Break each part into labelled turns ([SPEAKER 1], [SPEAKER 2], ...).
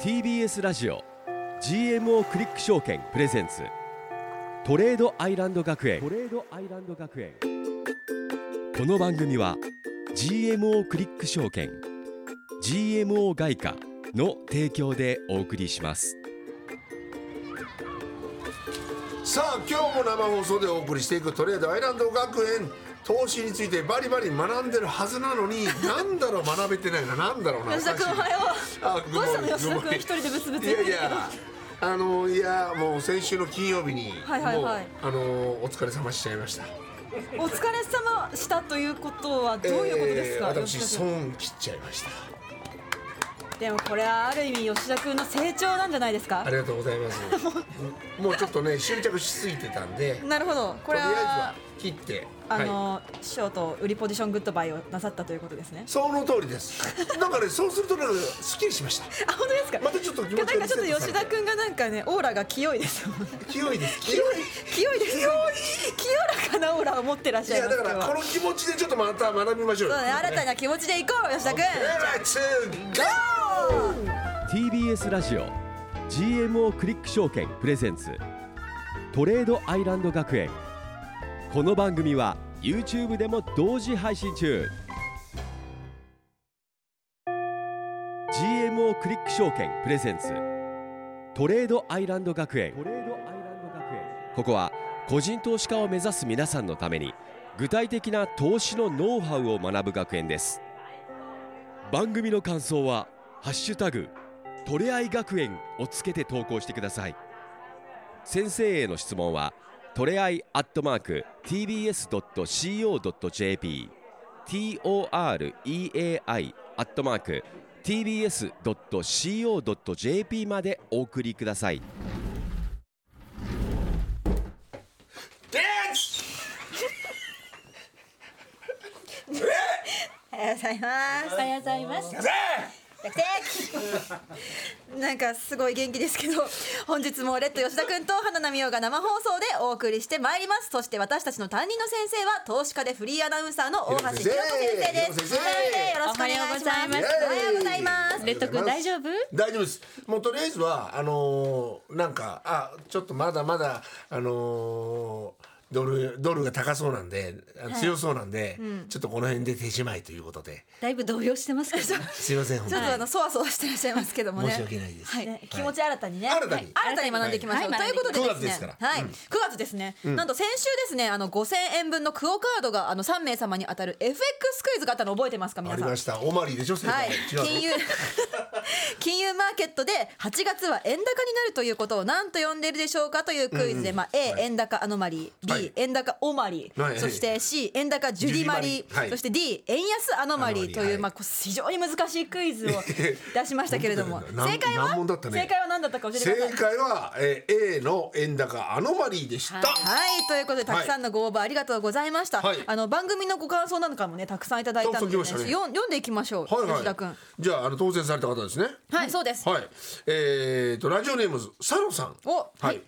[SPEAKER 1] TBS ラジオ GMO クリック証券プレゼンツトレードアイランド学園トレードアイランド学園この番組は GMO クリック証券 GMO 外貨の提供でお送りします
[SPEAKER 2] さあ今日も生放送でお送りしていくトレードアイランド学園投資についてバリバリ学んでるはずなのになんだろう学べてないななんだろうな
[SPEAKER 3] 吉田君おはよ
[SPEAKER 2] あ
[SPEAKER 3] う
[SPEAKER 2] グ
[SPEAKER 3] ど
[SPEAKER 2] ッ
[SPEAKER 3] うしたの
[SPEAKER 2] モーニング
[SPEAKER 3] 吉田君一人でブツブツ
[SPEAKER 2] いや
[SPEAKER 3] 言って
[SPEAKER 2] い
[SPEAKER 3] る
[SPEAKER 2] やあのいやもう先週の金曜日に、
[SPEAKER 3] はいはいは
[SPEAKER 2] も
[SPEAKER 3] い
[SPEAKER 2] うあのお疲れ様しちゃいました
[SPEAKER 3] けどお疲れ様したということはどういうことですか、
[SPEAKER 2] えー私
[SPEAKER 3] 吉田君
[SPEAKER 2] 損切っちゃいました
[SPEAKER 3] でもこれはある意味吉田君の成長なんじゃないですか
[SPEAKER 2] ありがとうございます もうちょっとね執着しすぎてたんで
[SPEAKER 3] なるほどこと
[SPEAKER 2] り
[SPEAKER 3] れ
[SPEAKER 2] あえず
[SPEAKER 3] は
[SPEAKER 2] は切って
[SPEAKER 3] あ
[SPEAKER 2] はい
[SPEAKER 3] の、師匠と売りポジショングッドバイをなさったということですね
[SPEAKER 2] その通りですなんかねそうするとなんかすっきりしました
[SPEAKER 3] あ本当ですか
[SPEAKER 2] またちょっと気持ち
[SPEAKER 3] な
[SPEAKER 2] が
[SPEAKER 3] んかちょっ
[SPEAKER 2] リセッ
[SPEAKER 3] と
[SPEAKER 2] トされ
[SPEAKER 3] 吉
[SPEAKER 2] た
[SPEAKER 3] 田君がなんかねオーラが清いですよ
[SPEAKER 2] 清いです 清い
[SPEAKER 3] 清いです清い清らかなオーラを持ってらっ
[SPEAKER 2] い
[SPEAKER 3] しゃい
[SPEAKER 2] や
[SPEAKER 3] ます
[SPEAKER 2] だから
[SPEAKER 3] 今日は
[SPEAKER 2] この気持ちでちょっとまた学びましょうよ
[SPEAKER 3] そうね新たな気持ちでいこう吉田君
[SPEAKER 2] レッツゴー
[SPEAKER 1] TBS ラジオ GMO クリック証券プレゼンツトレードアイランド学園この番組は YouTube でも同時配信中 GMO クリック証券プレゼンツトレードアイランド学園ここは個人投資家を目指す皆さんのために具体的な投資のノウハウを学ぶ学園です番組の感想は「ハッシュタグトレアイ学園」をつけて投稿してください先生への質問はトレアイアットマーク TBS.CO.JP TOREAI アットマーク TBS.CO.JP までお送りください
[SPEAKER 2] レッツ
[SPEAKER 3] おはようございますおはようございます
[SPEAKER 2] レ
[SPEAKER 3] 逆転 なんかすごい元気ですけど本日もレッド吉田君と花奈美桜が生放送でお送りしてまいりますそして私たちの担任の先生は投資家でフリーアナウンサーの大橋ひろ子先生です
[SPEAKER 2] ひろこ先生
[SPEAKER 3] よろしくお願いします
[SPEAKER 2] おはよ
[SPEAKER 3] おはよ
[SPEAKER 2] う
[SPEAKER 3] う
[SPEAKER 2] ご
[SPEAKER 3] ご
[SPEAKER 2] ざ
[SPEAKER 3] ざ
[SPEAKER 2] い
[SPEAKER 3] い
[SPEAKER 2] ま
[SPEAKER 3] ますす
[SPEAKER 2] レッド君大
[SPEAKER 4] 丈夫
[SPEAKER 2] 大丈夫ですもうとりあえずはあのーなんかあちょっとまだまだあのードルドルが高そうなんで、あ強そうなんで、ちょっとこの辺で手しまいということで
[SPEAKER 4] だいぶ動揺してますけど、
[SPEAKER 2] すいません本
[SPEAKER 3] ちょっと
[SPEAKER 2] 当
[SPEAKER 3] あのそわそわしてらっしゃいますけどもね
[SPEAKER 2] 申し訳ないです
[SPEAKER 3] はい
[SPEAKER 2] はい
[SPEAKER 3] 気持ち新たにね
[SPEAKER 2] 新たに
[SPEAKER 3] はい新たに学んでいきましょう、
[SPEAKER 4] はい
[SPEAKER 3] ということでです
[SPEAKER 2] 九月ですか
[SPEAKER 3] ね
[SPEAKER 2] ら
[SPEAKER 3] はい、9月ですね、なんと先週ですねあの5000円分のクオカードがあの3名様に当たる FX クイズがあったの覚えてますか
[SPEAKER 2] にあ
[SPEAKER 3] 皆
[SPEAKER 2] り
[SPEAKER 3] さん
[SPEAKER 2] ましたオマリーでしょ正解、違う
[SPEAKER 3] はい、
[SPEAKER 2] の
[SPEAKER 3] 金融 金融マーケットで8月は円高になるということを何と呼んでいるでしょうかというクイズで、まあ、A、円高アノマリー B、
[SPEAKER 2] はい
[SPEAKER 3] 円高オマリー、
[SPEAKER 2] はい
[SPEAKER 3] そして C 円高ジュディ
[SPEAKER 2] ジ
[SPEAKER 3] マ
[SPEAKER 2] ュ
[SPEAKER 3] リ
[SPEAKER 2] ディマリ
[SPEAKER 3] ー、
[SPEAKER 2] ーはい
[SPEAKER 3] そして D 円安アノマリーと
[SPEAKER 2] アノマ
[SPEAKER 3] いう
[SPEAKER 2] リーはい
[SPEAKER 3] まあ、こう非常に難しいクイ ズを出しましたけれども
[SPEAKER 2] 本当だよね
[SPEAKER 3] 正解
[SPEAKER 2] 難
[SPEAKER 3] は、
[SPEAKER 2] 問だったね
[SPEAKER 3] 正解は何だったか教えてください
[SPEAKER 2] 正。解は、えー A の円高アノマリーでした、
[SPEAKER 3] はい、ということでたくさんのご応募ありがとうございました。
[SPEAKER 2] はい
[SPEAKER 3] あの番組のご感想なんかもねたくさんいただいたので、
[SPEAKER 2] たくさん来ましたね
[SPEAKER 3] よん読んでいきましょう。
[SPEAKER 2] はいはい
[SPEAKER 3] 吉田君。
[SPEAKER 2] じゃああの当選された方ですね
[SPEAKER 3] はい、そうです。
[SPEAKER 2] はいえー、とラジオネームサロさん
[SPEAKER 3] お
[SPEAKER 2] は
[SPEAKER 3] はいい、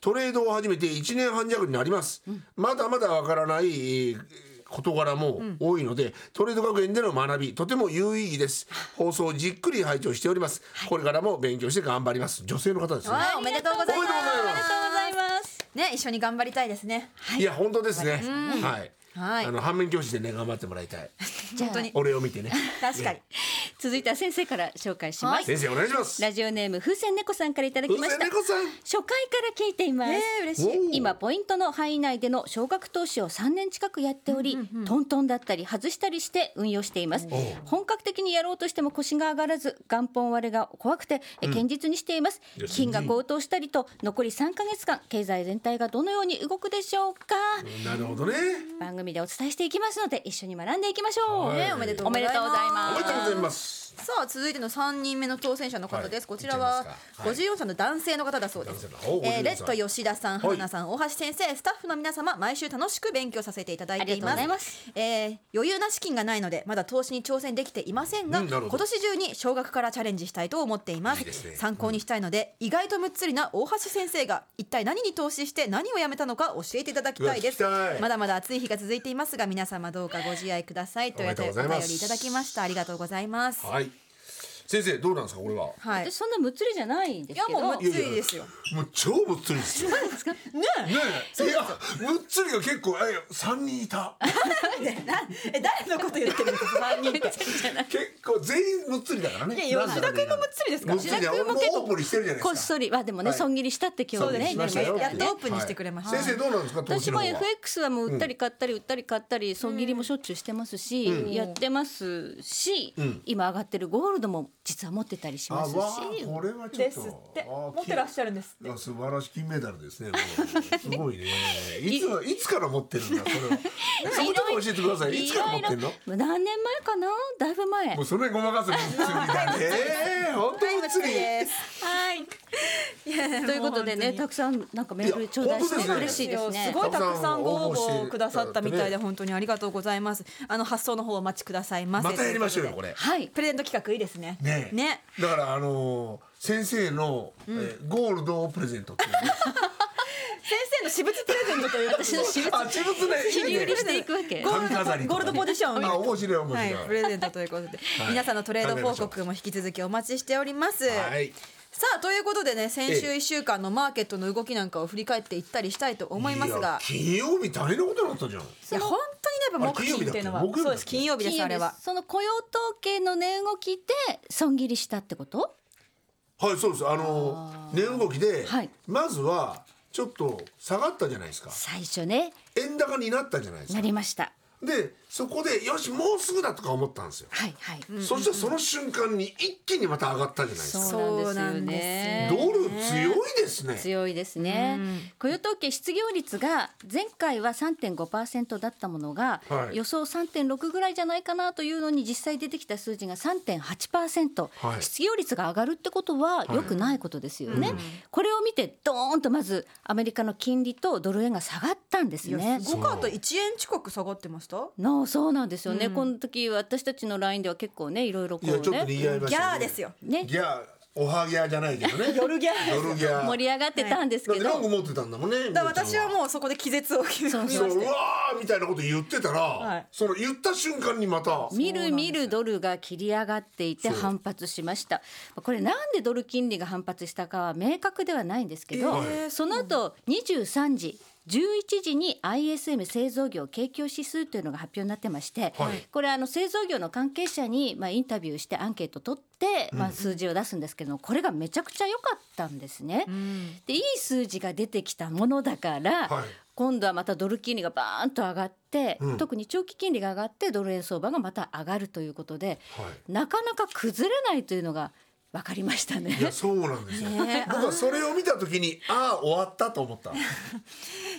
[SPEAKER 2] トレードを始めて1年半弱になります、まだまだわからないえー事柄も多いので、トレード学園での学びとても有意義です放送をじっくり拝聴しております、これからも勉強して頑張ります女性の方ですね
[SPEAKER 3] はい、おめでとうございます。
[SPEAKER 2] おめでとうございます
[SPEAKER 3] おめでとうございます。ね、一緒に頑張りたいですね。はい
[SPEAKER 2] や本当ですね、はい、
[SPEAKER 3] はい
[SPEAKER 2] あの反面教師でね頑張ってもらい たい
[SPEAKER 3] 本当に。
[SPEAKER 2] 俺を見てね
[SPEAKER 3] 確かに。
[SPEAKER 4] 続いては先生から紹介しま
[SPEAKER 3] はい
[SPEAKER 4] す。
[SPEAKER 2] 先生お願いします
[SPEAKER 4] ラジオネーム風船猫さんからいただきました。
[SPEAKER 2] 風船猫さん
[SPEAKER 4] 初回から聞いています。
[SPEAKER 3] ねえ嬉しい
[SPEAKER 2] おー
[SPEAKER 4] 今ポイントの範囲内での少額投資を3年近くやっており、トントンだったり外したりして運用しています
[SPEAKER 2] ー
[SPEAKER 4] 本格的にやろうとしても腰が上がらず元本割れが怖くて、え堅実にしています
[SPEAKER 2] ですね
[SPEAKER 4] 金が高騰したりと残り3ヶ月間経済全体がどのように動くでしょうか、
[SPEAKER 2] なるほどね
[SPEAKER 4] 番組でお伝えしていきますので一緒に学んでいきましょう、
[SPEAKER 2] はい
[SPEAKER 3] ね、おめでとう
[SPEAKER 4] おめでとうござい
[SPEAKER 2] お
[SPEAKER 4] ま
[SPEAKER 2] め
[SPEAKER 4] す
[SPEAKER 2] でとうございます
[SPEAKER 3] さあ続いての3人目の当選者の方で
[SPEAKER 2] は
[SPEAKER 3] す、
[SPEAKER 2] い
[SPEAKER 3] こちらは
[SPEAKER 2] 行っちゃいますかはい
[SPEAKER 3] 54歳の男性の方だそうです
[SPEAKER 2] 男性のお、
[SPEAKER 3] え
[SPEAKER 2] 54
[SPEAKER 3] ー、レッド吉田さ
[SPEAKER 2] は
[SPEAKER 3] ん
[SPEAKER 2] い
[SPEAKER 3] 花菜さん、大橋先生スタッフの皆様毎週楽しく勉強させていただいています
[SPEAKER 4] ありがとうございます、
[SPEAKER 3] えー余裕な資金がないのでまだ投資に挑戦できていませんが、
[SPEAKER 2] うんなるほど
[SPEAKER 3] 今年中に少額からチャレンジしたいと思っています
[SPEAKER 2] いいですね
[SPEAKER 3] 参考にしたいので、意外とむっつりな大橋先生が一体何に投資して何をやめたのか教えていただきたいです
[SPEAKER 2] うわ聞きたい
[SPEAKER 3] まだまだ暑い日が続いていますが皆様どうかご自愛くださいというお
[SPEAKER 2] おめでとうござい
[SPEAKER 3] 便
[SPEAKER 2] ます
[SPEAKER 3] りいただきましたありがとうございます
[SPEAKER 2] はい。先生どうなんですかこれは
[SPEAKER 3] はい。
[SPEAKER 4] 私そんなむっつりじゃないんで
[SPEAKER 3] い
[SPEAKER 4] す
[SPEAKER 3] や
[SPEAKER 4] けど
[SPEAKER 3] もうむっつりですよ。
[SPEAKER 2] もう超むっつりですよね
[SPEAKER 3] ね
[SPEAKER 2] えいやむっつりが結構え3人いた
[SPEAKER 3] えねえなえ誰のこと言ってるんですか三人って。
[SPEAKER 2] 結構全員むっつりだからね
[SPEAKER 3] いや吉田君もむっつりですから
[SPEAKER 2] むっつりだ
[SPEAKER 4] 吉田
[SPEAKER 2] 俺
[SPEAKER 4] 君も
[SPEAKER 2] も
[SPEAKER 4] 結構
[SPEAKER 2] オープンにしてるじゃない
[SPEAKER 4] こっ
[SPEAKER 2] ですか
[SPEAKER 4] そりはでもね、
[SPEAKER 2] はい
[SPEAKER 4] 損切りしたって今日ね
[SPEAKER 3] そうです
[SPEAKER 4] 言いました
[SPEAKER 3] し
[SPEAKER 4] よ
[SPEAKER 3] ましたよやっとオープンにしてくれました
[SPEAKER 2] はい先生どうなんですか投資の
[SPEAKER 4] 私も
[SPEAKER 2] 方は
[SPEAKER 4] FX はもう売ったり買ったり売ったり買ったり損切りもしょっちゅうしてますし、やってますし、今上がってるゴールドも実は持ってたりし
[SPEAKER 2] あ
[SPEAKER 4] ま
[SPEAKER 2] わ
[SPEAKER 4] すし
[SPEAKER 2] あこれはちょ
[SPEAKER 3] で
[SPEAKER 2] っ
[SPEAKER 3] す
[SPEAKER 2] と
[SPEAKER 3] って
[SPEAKER 2] あー
[SPEAKER 3] 持ってらっしゃるんですって。
[SPEAKER 2] いや素晴らしい金メダルですね。もうすごいね。いついつから持ってるんだそれは。そこちょっと教えてください。いつから持ってるの？
[SPEAKER 4] ろ何年前かなだいぶ前
[SPEAKER 2] もうそれごまかすむっつりだね。ええ本当むっつり。
[SPEAKER 3] す。はい。
[SPEAKER 4] ということでねたくさんなんかメール頂
[SPEAKER 2] いや
[SPEAKER 4] 戴して
[SPEAKER 2] 本当ですね
[SPEAKER 4] 嬉しいですね
[SPEAKER 3] すごいたくさんご応
[SPEAKER 2] たくさん応募し
[SPEAKER 3] 募
[SPEAKER 2] て
[SPEAKER 3] くださったみたいで本当にありがとうございます。あの発送の方お待ちくださいませ。
[SPEAKER 2] またやりましょうよこれ。
[SPEAKER 4] はい
[SPEAKER 3] プレゼント企画いいですね。
[SPEAKER 2] ねえ
[SPEAKER 3] ね。
[SPEAKER 2] だからあのー先生の、えーゴールドをプレゼントっていうね。
[SPEAKER 3] 先生の私物プレゼン トということで
[SPEAKER 4] 私の私物
[SPEAKER 2] あ自分で
[SPEAKER 4] 切り売りしていくわけ
[SPEAKER 3] ゴー
[SPEAKER 2] 髪飾り
[SPEAKER 3] ル
[SPEAKER 2] とか
[SPEAKER 3] ドゴールドポジションを見る
[SPEAKER 2] あ面白い面
[SPEAKER 3] はい
[SPEAKER 2] 白い。
[SPEAKER 3] プレゼントということで、
[SPEAKER 2] はい
[SPEAKER 3] 皆さんのトレード報告も引き続きお待ちしております。
[SPEAKER 2] はい。
[SPEAKER 3] さあということでね先週
[SPEAKER 2] ええ
[SPEAKER 3] 1週間のマーケットの動きなんかを振り返っていったりしたいと思います
[SPEAKER 2] や
[SPEAKER 3] が。
[SPEAKER 2] 金曜日大変なことになったじゃん。
[SPEAKER 3] いや本当にねやっぱ木
[SPEAKER 2] あれ金曜
[SPEAKER 3] 金
[SPEAKER 2] 日だっ
[SPEAKER 3] っ
[SPEAKER 2] てけ
[SPEAKER 3] いうのは
[SPEAKER 2] 木曜日だっけ
[SPEAKER 3] そうです金曜日ですあれは
[SPEAKER 4] その雇用統計の値動きで損切りしたってこと
[SPEAKER 2] はいそうですあの値動きで、
[SPEAKER 4] はい
[SPEAKER 2] まずはちょっと下がったじゃないですか
[SPEAKER 4] 最初ね
[SPEAKER 2] 円高になったじゃないです
[SPEAKER 4] な
[SPEAKER 2] か
[SPEAKER 4] りました
[SPEAKER 2] でそこでよしもうすぐだとか思ったんですよ、
[SPEAKER 4] はいはい、
[SPEAKER 2] そしてその瞬間に一気にまた上がったじゃないですか
[SPEAKER 4] そう
[SPEAKER 3] そうな
[SPEAKER 4] なんん
[SPEAKER 3] で
[SPEAKER 4] で
[SPEAKER 3] よ
[SPEAKER 4] すす
[SPEAKER 3] ね
[SPEAKER 4] よね
[SPEAKER 2] ドル強いですね
[SPEAKER 4] 強いですね、雇用統計失業率が前回は3.5%だったものが、
[SPEAKER 2] はい
[SPEAKER 4] 予想3.6ぐらいじゃないかなというのに実際出てきた数字が3.8%、
[SPEAKER 2] はい
[SPEAKER 4] 失業率が上がるってことは良くないことですよね、これを見てドーンとまずアメリカの金利とドル円が下がったんです
[SPEAKER 3] いや
[SPEAKER 4] ね
[SPEAKER 3] すごかった1円近く下がってました
[SPEAKER 4] のそうなんですよね、この時私たちの LINE では結構ねいろいろこ
[SPEAKER 2] いやち
[SPEAKER 4] う
[SPEAKER 2] ょっとに
[SPEAKER 4] ね
[SPEAKER 2] ぎわいまし
[SPEAKER 3] ギ
[SPEAKER 2] たね
[SPEAKER 3] ャーですよ
[SPEAKER 4] ね
[SPEAKER 2] ギャーおはギャーじゃないけどね
[SPEAKER 3] 夜ギャー
[SPEAKER 2] ドルギャー
[SPEAKER 4] 盛り上がってたんです
[SPEAKER 2] だっ
[SPEAKER 4] け
[SPEAKER 2] て
[SPEAKER 4] ど、
[SPEAKER 2] 何個持ってたんだもんね
[SPEAKER 3] だから私は
[SPEAKER 2] う
[SPEAKER 3] もうそこで気絶を決めまし
[SPEAKER 2] そう
[SPEAKER 3] た
[SPEAKER 2] うわーみたいなこと言ってたら、
[SPEAKER 3] い
[SPEAKER 2] その言った瞬間にまた
[SPEAKER 4] みるみるドルが切り上がっていて
[SPEAKER 2] そう
[SPEAKER 4] 反発しましたこれなんでドル金利が反発したかは明確ではないんですけど、
[SPEAKER 2] え
[SPEAKER 3] ー
[SPEAKER 4] その後23時11時に ISM 製造業景況指数というのが発表になってまして、
[SPEAKER 2] はい
[SPEAKER 4] これあの製造業の関係者にまあインタビューしてアンケート取ってまあ数字を出すんですけどもこれがめちゃくちゃ良かったんですね。でいい数字が出てきたものだから、
[SPEAKER 2] はい
[SPEAKER 4] 今度はまたドル金利がバーンと上がって、
[SPEAKER 2] うん
[SPEAKER 4] 特に長期金利が上がってドル円相場がまた上がるということで、
[SPEAKER 2] は
[SPEAKER 4] なかなか崩れないというのが分かりましたね
[SPEAKER 2] い。やそうなんですよ、僕はそれを見た時にああ終わったと思った
[SPEAKER 3] い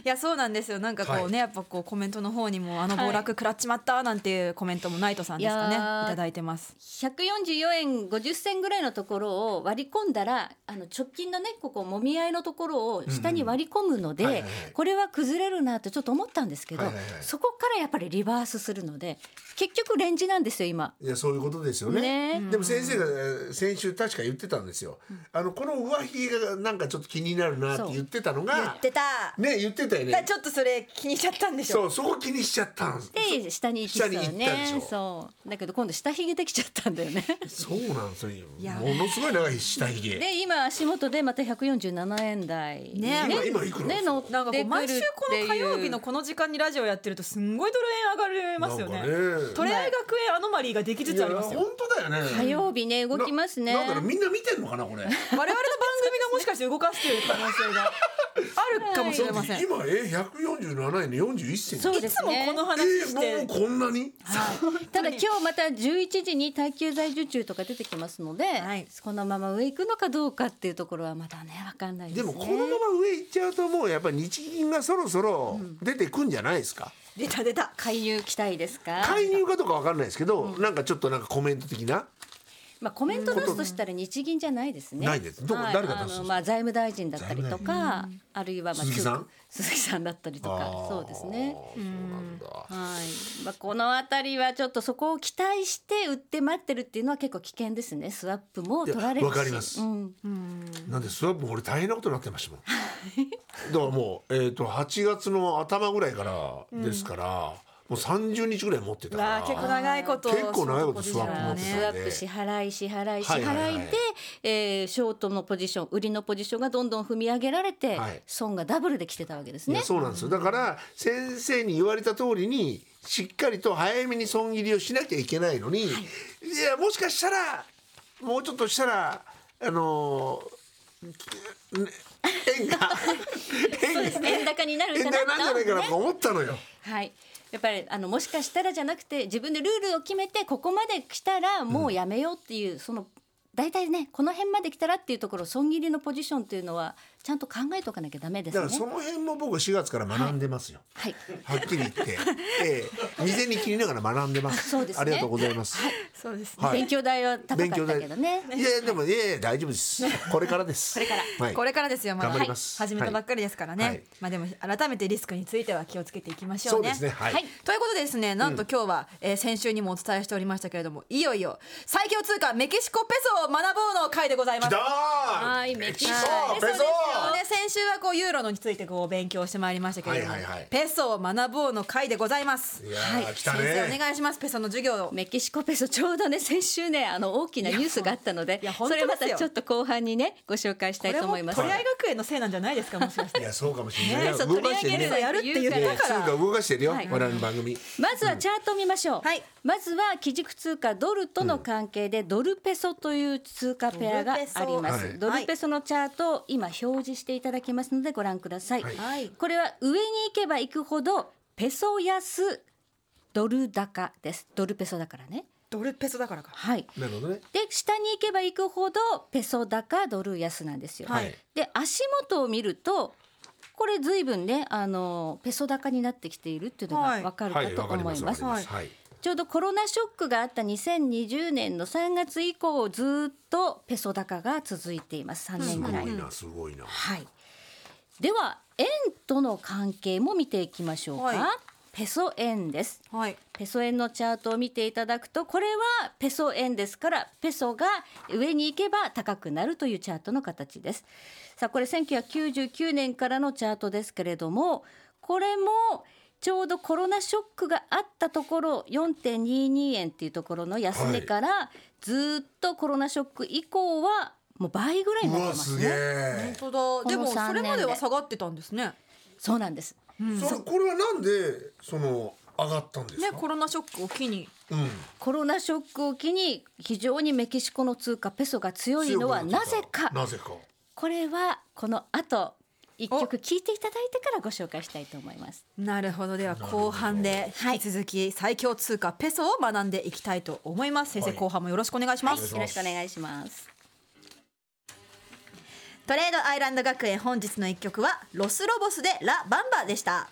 [SPEAKER 3] やそうなんですよなんかこうね、
[SPEAKER 2] はい
[SPEAKER 3] やっぱこうコメントの方にもあの暴落食らっちまったなんていうコメントもナイトさんですかねい
[SPEAKER 4] いやー
[SPEAKER 3] ただいてます
[SPEAKER 4] 144円50銭ぐらいのところを割り込んだらあの直近のねここもみ合いのところを下に割り込むので、
[SPEAKER 2] うんうんはいはいはい
[SPEAKER 4] これは崩れるなってちょっと思ったんですけど、
[SPEAKER 2] はいはいはい
[SPEAKER 4] そこからやっぱりリバースするので結局レンジなんですよ今。
[SPEAKER 2] いやそういうことですよね。
[SPEAKER 4] ね
[SPEAKER 2] でも先生がえー先週確か言ってたんですよ。あのこの上髭がなんかちょっと気になるなって言ってたの
[SPEAKER 3] 言
[SPEAKER 2] が
[SPEAKER 3] ってた、
[SPEAKER 2] ね言ってたよ
[SPEAKER 3] だから
[SPEAKER 2] ね。
[SPEAKER 3] ちょっとそれ気にしちゃったんでし
[SPEAKER 2] そ
[SPEAKER 3] ょ
[SPEAKER 2] うそこ気にしちゃったんです。
[SPEAKER 4] で下に行きそう
[SPEAKER 2] 下に行ったでし
[SPEAKER 4] ね
[SPEAKER 2] ょ
[SPEAKER 4] そうだけど今度下ひげできちゃったんだよ ね
[SPEAKER 2] そうなんですよ
[SPEAKER 3] いや。
[SPEAKER 2] ものすごい長い下髭。
[SPEAKER 4] で今足元でまた147円台に
[SPEAKER 3] ね
[SPEAKER 4] ね
[SPEAKER 2] 今今いくら
[SPEAKER 4] ね乗って
[SPEAKER 3] なんか
[SPEAKER 4] くる
[SPEAKER 3] こ
[SPEAKER 4] っ
[SPEAKER 3] う毎
[SPEAKER 4] て
[SPEAKER 3] 週この火曜日
[SPEAKER 4] いう
[SPEAKER 3] のこの時間にラジオやってるとすんごいドル円上がりますよね
[SPEAKER 2] なんかね
[SPEAKER 3] トレアイ学園アノマリーができつ
[SPEAKER 2] い
[SPEAKER 3] つ
[SPEAKER 2] や
[SPEAKER 3] ありますよ
[SPEAKER 2] 本当だよね。
[SPEAKER 4] 火曜日ね動きますね
[SPEAKER 2] ななんだろうみんな見てんのかな これ。
[SPEAKER 3] 我々の番組がもしかして動かしている可能性があるかもしれません。い
[SPEAKER 2] 今え百四十七円で四十一銭。
[SPEAKER 4] そうです
[SPEAKER 3] つもこの話
[SPEAKER 2] え
[SPEAKER 3] して、
[SPEAKER 2] ー、もうこんなに。
[SPEAKER 4] ただ今日また11時に耐久財受注とか出てきますので、
[SPEAKER 3] はい
[SPEAKER 4] このまま上行くのかどうかっていうところはまだね分かんない
[SPEAKER 2] で
[SPEAKER 4] で
[SPEAKER 2] す
[SPEAKER 4] ね
[SPEAKER 2] もこのまま上行っちゃうともうやっぱ日銀がそろそろ出てくんじゃないですか。
[SPEAKER 3] 出た出た。
[SPEAKER 4] 介入期待ですか、
[SPEAKER 2] 介入かとかわかんないですけど、なんかちょっとなんかコメント的な。
[SPEAKER 4] まあ、コメント出すとしたら日銀じゃないですね
[SPEAKER 2] ないですどこ
[SPEAKER 4] はい
[SPEAKER 2] 誰が出すんですか
[SPEAKER 4] あのまあ、財務大臣だったりとかあるいはまあ
[SPEAKER 2] 鈴木さん
[SPEAKER 4] 鈴木さんだったりとか
[SPEAKER 2] あー
[SPEAKER 4] そうですね
[SPEAKER 2] そうなんだ。
[SPEAKER 4] はい、まあ、この辺りはちょっとそこを期待して売って待ってるっていうのは結構危険ですね。スワップも取ら
[SPEAKER 2] い
[SPEAKER 4] れるし。
[SPEAKER 2] やわかります
[SPEAKER 4] うん、
[SPEAKER 2] なんでスワップも俺大変なことになってま したもん。だからもうえっ、と8月の頭ぐらいからですから、もう30日ぐらい持ってたか
[SPEAKER 3] わあ
[SPEAKER 2] ら
[SPEAKER 3] 結構長いこと
[SPEAKER 2] 結構長いこと
[SPEAKER 3] ショートポジシ
[SPEAKER 2] ス
[SPEAKER 3] ョンは
[SPEAKER 4] ス
[SPEAKER 2] ワ
[SPEAKER 4] ワップ支払い支払い支
[SPEAKER 2] はいはいはい
[SPEAKER 4] 払いで、えーショートのポジション売りのポジションがどんどん踏み上げられて、
[SPEAKER 2] はい
[SPEAKER 4] 損がダブルで来てたわけです
[SPEAKER 2] いや
[SPEAKER 4] ね。
[SPEAKER 2] そうなんですよだから先生に言われた通りにしっかりと早めに損切りをしなきゃいけないのに、い、やもしかしたらもうちょっとしたらあのーね円が円
[SPEAKER 4] そう
[SPEAKER 2] が
[SPEAKER 4] ですね円高になる
[SPEAKER 2] 円
[SPEAKER 4] か
[SPEAKER 2] 高な
[SPEAKER 4] な
[SPEAKER 2] んじゃないかな
[SPEAKER 4] ね
[SPEAKER 2] と思ったのよ。
[SPEAKER 4] はい。やっぱりあのもしかしたらじゃなくて自分でルールを決めてここまで来たらもうやめようっていう、その大体ねこの辺まで来たらっていうところ損切りのポジションというのはちゃんと考えとかなきゃダメで
[SPEAKER 2] だ
[SPEAKER 4] す
[SPEAKER 2] か
[SPEAKER 4] ね
[SPEAKER 2] ら。その辺も僕4月から学んでますよ。
[SPEAKER 4] はい。
[SPEAKER 2] はっきり言って、ええ、未然に切りながら学んでます。
[SPEAKER 4] そうですね
[SPEAKER 2] ありがとうございます。
[SPEAKER 3] そうですね、
[SPEAKER 2] はい
[SPEAKER 4] 勉強代は高か
[SPEAKER 2] 勉強
[SPEAKER 4] った
[SPEAKER 2] で
[SPEAKER 4] けどね。
[SPEAKER 2] いやいやでもいやいや大丈夫です。これから です。これから。はい。
[SPEAKER 3] これからですよまだ
[SPEAKER 2] 頑張ります
[SPEAKER 3] はい始めたばっかりですからね、
[SPEAKER 2] はい
[SPEAKER 3] まあでも改めてリスクについては気をつけていきましょ
[SPEAKER 2] そううで
[SPEAKER 3] ね
[SPEAKER 2] すね。はい。
[SPEAKER 4] はい
[SPEAKER 3] ということでですねなんと今日は、えー先週にもお伝えしておりましたけれどもいよいよ最強通貨メキシコペソを学ぼうの回でございます
[SPEAKER 2] だー
[SPEAKER 4] はいメキシコ
[SPEAKER 2] そうペ
[SPEAKER 3] そうですよ
[SPEAKER 2] ソ
[SPEAKER 3] ね先週はこうユーロのについてこう勉強してまいりましたけれども、
[SPEAKER 2] はいはいはい
[SPEAKER 3] ペソを学ぼうの回でございます
[SPEAKER 2] いやー
[SPEAKER 4] はい
[SPEAKER 2] 来た
[SPEAKER 3] 先生お
[SPEAKER 2] ね
[SPEAKER 3] 願いしますペソの授業を
[SPEAKER 4] メキシコペソちょうどね先週ねあの大きなニュースがあったので
[SPEAKER 3] いやほん
[SPEAKER 4] そ
[SPEAKER 3] とです
[SPEAKER 4] れ
[SPEAKER 3] よ
[SPEAKER 4] またちょっと後半にねご紹介したいと思います。
[SPEAKER 3] これも鳥合学園のせいなんじゃないですかもし かして
[SPEAKER 2] いやそうかもしれない
[SPEAKER 4] ね
[SPEAKER 2] な
[SPEAKER 4] そう
[SPEAKER 2] 動かして
[SPEAKER 4] 取
[SPEAKER 2] る
[SPEAKER 4] り上げる
[SPEAKER 2] ね
[SPEAKER 4] のよ
[SPEAKER 3] やるって言
[SPEAKER 4] だ
[SPEAKER 3] っ
[SPEAKER 2] え
[SPEAKER 3] た
[SPEAKER 2] え通
[SPEAKER 3] から、
[SPEAKER 2] 貨動かしてるよ
[SPEAKER 4] はい
[SPEAKER 2] 我々の番組
[SPEAKER 4] まずはチャートを見ましょう、
[SPEAKER 3] はい
[SPEAKER 4] まずは基軸通貨ドルとの関係でドルペソという通貨ペアがあります
[SPEAKER 2] うん
[SPEAKER 4] ド
[SPEAKER 3] ドルペソ
[SPEAKER 4] ルペソのチャートを今表示していただきますのでご覧ください、
[SPEAKER 2] はい
[SPEAKER 3] はい
[SPEAKER 4] これは上に行けば行くほどペソ安ドル高ですドルペソだからね
[SPEAKER 3] ドルペソだからか
[SPEAKER 4] はい
[SPEAKER 2] なるほどね。
[SPEAKER 4] で下に行けば行くほどペソ高ドル安なんですよ、
[SPEAKER 3] はい
[SPEAKER 4] で足元を見るとこれ随分ねあのペソ高になってきているっていうの
[SPEAKER 3] は
[SPEAKER 4] が
[SPEAKER 3] い
[SPEAKER 4] わかる
[SPEAKER 2] は
[SPEAKER 4] か
[SPEAKER 2] い
[SPEAKER 4] と
[SPEAKER 2] わかり
[SPEAKER 4] 思
[SPEAKER 2] ます
[SPEAKER 4] い
[SPEAKER 2] わ
[SPEAKER 4] ま
[SPEAKER 2] か
[SPEAKER 4] す
[SPEAKER 2] ります。はい。
[SPEAKER 4] ちょうどコロナショックがあった2020年の3月以降ずっとペソ高が続いています3
[SPEAKER 2] す
[SPEAKER 4] 年
[SPEAKER 2] ご
[SPEAKER 4] ぐ
[SPEAKER 2] い
[SPEAKER 4] らい。
[SPEAKER 2] なすごいな。
[SPEAKER 4] はい、では円との関係も見ていきましょうか。
[SPEAKER 3] はい
[SPEAKER 4] ペソ円です
[SPEAKER 3] はい
[SPEAKER 4] ペソ円のチャートを見ていただくとこれはペソ円ですからペソが上に行けば高くなるというチャートの形です。さあこれ1999年からのチャートですけれどもこれもちょうどコロナショックがあったところ4.22円っていうところの安値からずっとコロナショック以降はもう倍ぐらいに
[SPEAKER 2] う
[SPEAKER 4] なって
[SPEAKER 2] わ
[SPEAKER 4] ます
[SPEAKER 2] すげ
[SPEAKER 4] ね。
[SPEAKER 2] え。
[SPEAKER 3] 本当だでも
[SPEAKER 4] こ
[SPEAKER 3] そ
[SPEAKER 4] の三
[SPEAKER 3] れ
[SPEAKER 4] 年で
[SPEAKER 3] までは下がってたんですね
[SPEAKER 4] そうなんです。
[SPEAKER 2] それこれはなんでその上がったんです
[SPEAKER 3] ね
[SPEAKER 2] か。
[SPEAKER 3] コロナショックを機に
[SPEAKER 2] うん。
[SPEAKER 4] コロナショックを機に非常にメキシコの通貨ペソが強いのはなぜか
[SPEAKER 2] なぜか。
[SPEAKER 4] これはこの後一曲聴いていただいてからご紹介したいと思います
[SPEAKER 3] なるほどでは後半で引き続き最強通貨ペソを学んでいきたいと思います先生
[SPEAKER 2] はい
[SPEAKER 3] 後半もよろしくお願いし
[SPEAKER 4] は
[SPEAKER 3] ま
[SPEAKER 4] い
[SPEAKER 3] す
[SPEAKER 4] よろしくお願いします
[SPEAKER 3] トレードアイランド学園本日の一曲はロスロボスでラ・バンバでした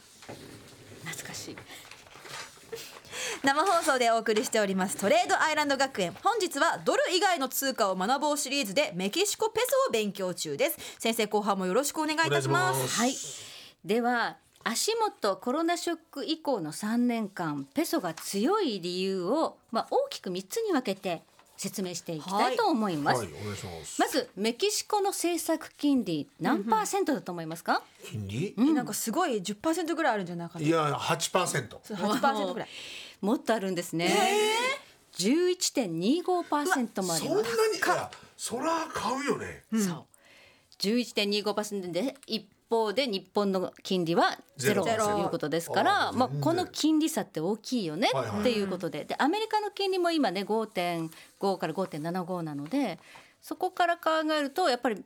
[SPEAKER 4] 懐かしい
[SPEAKER 3] 生放送でお送りしておりますトレードアイランド学園本日はドル以外の通貨を学ぼうシリーズでメキシコペソを勉強中です先生後半もよろしくお願いいたしま
[SPEAKER 2] お願いしますす
[SPEAKER 4] はいでは足元コロナショック以降の3年間ペソが強い理由をまあ大きく3つに分けて説明していきたいと思いま
[SPEAKER 2] はい
[SPEAKER 4] す、
[SPEAKER 2] お願いします。
[SPEAKER 4] まずメキシコの政策金利何パーセントだと思いますか、
[SPEAKER 2] 金利？
[SPEAKER 3] えなんかすごい10%ぐらいあるんじゃなかっ
[SPEAKER 2] いや八パーセント。
[SPEAKER 3] た8%ぐらい
[SPEAKER 4] もっとあるんですね、11.25%もあ
[SPEAKER 2] そ
[SPEAKER 4] り
[SPEAKER 2] んな
[SPEAKER 4] ま
[SPEAKER 2] に
[SPEAKER 4] す
[SPEAKER 2] いやそら買うよね。
[SPEAKER 4] そう11.25%で一方で日本の金利はゼロと
[SPEAKER 2] ゼロ
[SPEAKER 4] いうことですから
[SPEAKER 2] あー
[SPEAKER 4] まあ、
[SPEAKER 2] 全然
[SPEAKER 4] この金利差って大きいよね
[SPEAKER 2] はいはい
[SPEAKER 4] っていうことで,、でアメリカの金利も今ね5.5から5.75なのでそこから考えるとやっぱり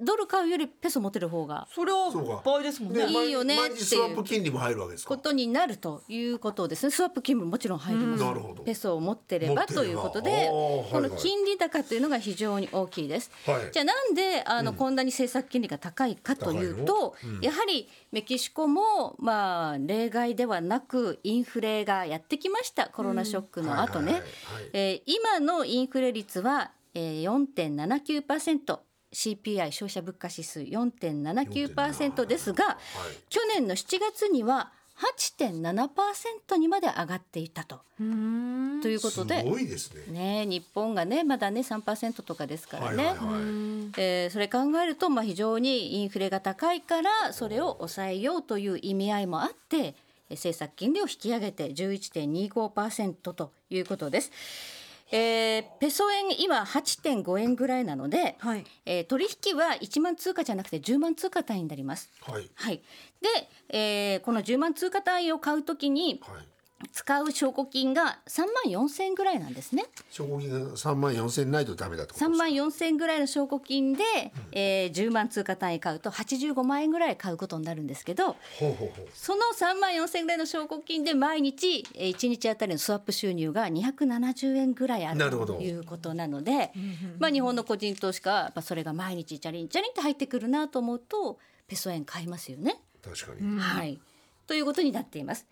[SPEAKER 4] ドル買うよりペソ持てる方が
[SPEAKER 3] それ
[SPEAKER 2] そうか
[SPEAKER 3] は倍ですもんね
[SPEAKER 2] で
[SPEAKER 4] いいよね
[SPEAKER 2] 毎
[SPEAKER 4] って
[SPEAKER 2] 日ス
[SPEAKER 4] いう
[SPEAKER 2] ワップ金利も入るわけです
[SPEAKER 4] こ
[SPEAKER 2] か。
[SPEAKER 4] とになるということですねスワップ金利ももちろん入ります、
[SPEAKER 2] なるほど
[SPEAKER 4] ペソを持ってれ
[SPEAKER 2] 持っ
[SPEAKER 4] ば
[SPEAKER 2] てれば
[SPEAKER 4] ということ
[SPEAKER 2] あー
[SPEAKER 4] で
[SPEAKER 2] はい
[SPEAKER 4] この
[SPEAKER 2] はい
[SPEAKER 4] 金利高というのが非常に大きいです、
[SPEAKER 2] はい
[SPEAKER 4] じゃあなんであの、こんなに政策金利が高いかというと、やはりメキシコもまあ例外ではなくインフレがやってきましたコロナショックの後ね、
[SPEAKER 2] はいはいはいはい
[SPEAKER 4] えー今のインフレ率は、えー、4.79% CPI 消費者物価指数4.79%ですが、
[SPEAKER 2] はい
[SPEAKER 4] 去年の7月には8.7%にまで上がっていたと。ということ
[SPEAKER 2] す
[SPEAKER 4] で、
[SPEAKER 2] ごいですね。
[SPEAKER 4] ね、日本がねまだね3%とかですからね、
[SPEAKER 2] はい。
[SPEAKER 4] えーそれ考えると、まあ、非常にインフレが高いからそれを抑えようという意味合いもあってえー政策金利を引き上げて11.25%ということです。えーペソ円今8.5円ぐらいなので、
[SPEAKER 3] はい
[SPEAKER 4] えー取引は1万通貨じゃなくて10万通貨単位になります。
[SPEAKER 2] はい
[SPEAKER 4] はい、で、えーこの10万通貨単位を買うときに
[SPEAKER 2] はい
[SPEAKER 4] 使う証拠金が3万4,000円ぐらいなんですね。
[SPEAKER 2] 証拠金が3万4千ないとダメだってこと
[SPEAKER 4] 3
[SPEAKER 2] です
[SPEAKER 4] 万4,000円ぐらいの証拠金で、えー10万通貨単位買うと85万円ぐらい買うことになるんですけ
[SPEAKER 2] ほ
[SPEAKER 4] ど
[SPEAKER 2] うほうほう
[SPEAKER 4] その3万4,000円ぐらいの証拠金で毎日、え1日あたりのスワップ収入が270円ぐらいある
[SPEAKER 2] なるほど
[SPEAKER 4] ということなので、まあ、日本の個人投資家はやっぱそれが毎日チャリンチャリンって入ってくるなと思うとペソ円買いますよね。
[SPEAKER 2] 確かに
[SPEAKER 4] はい、ということになっています。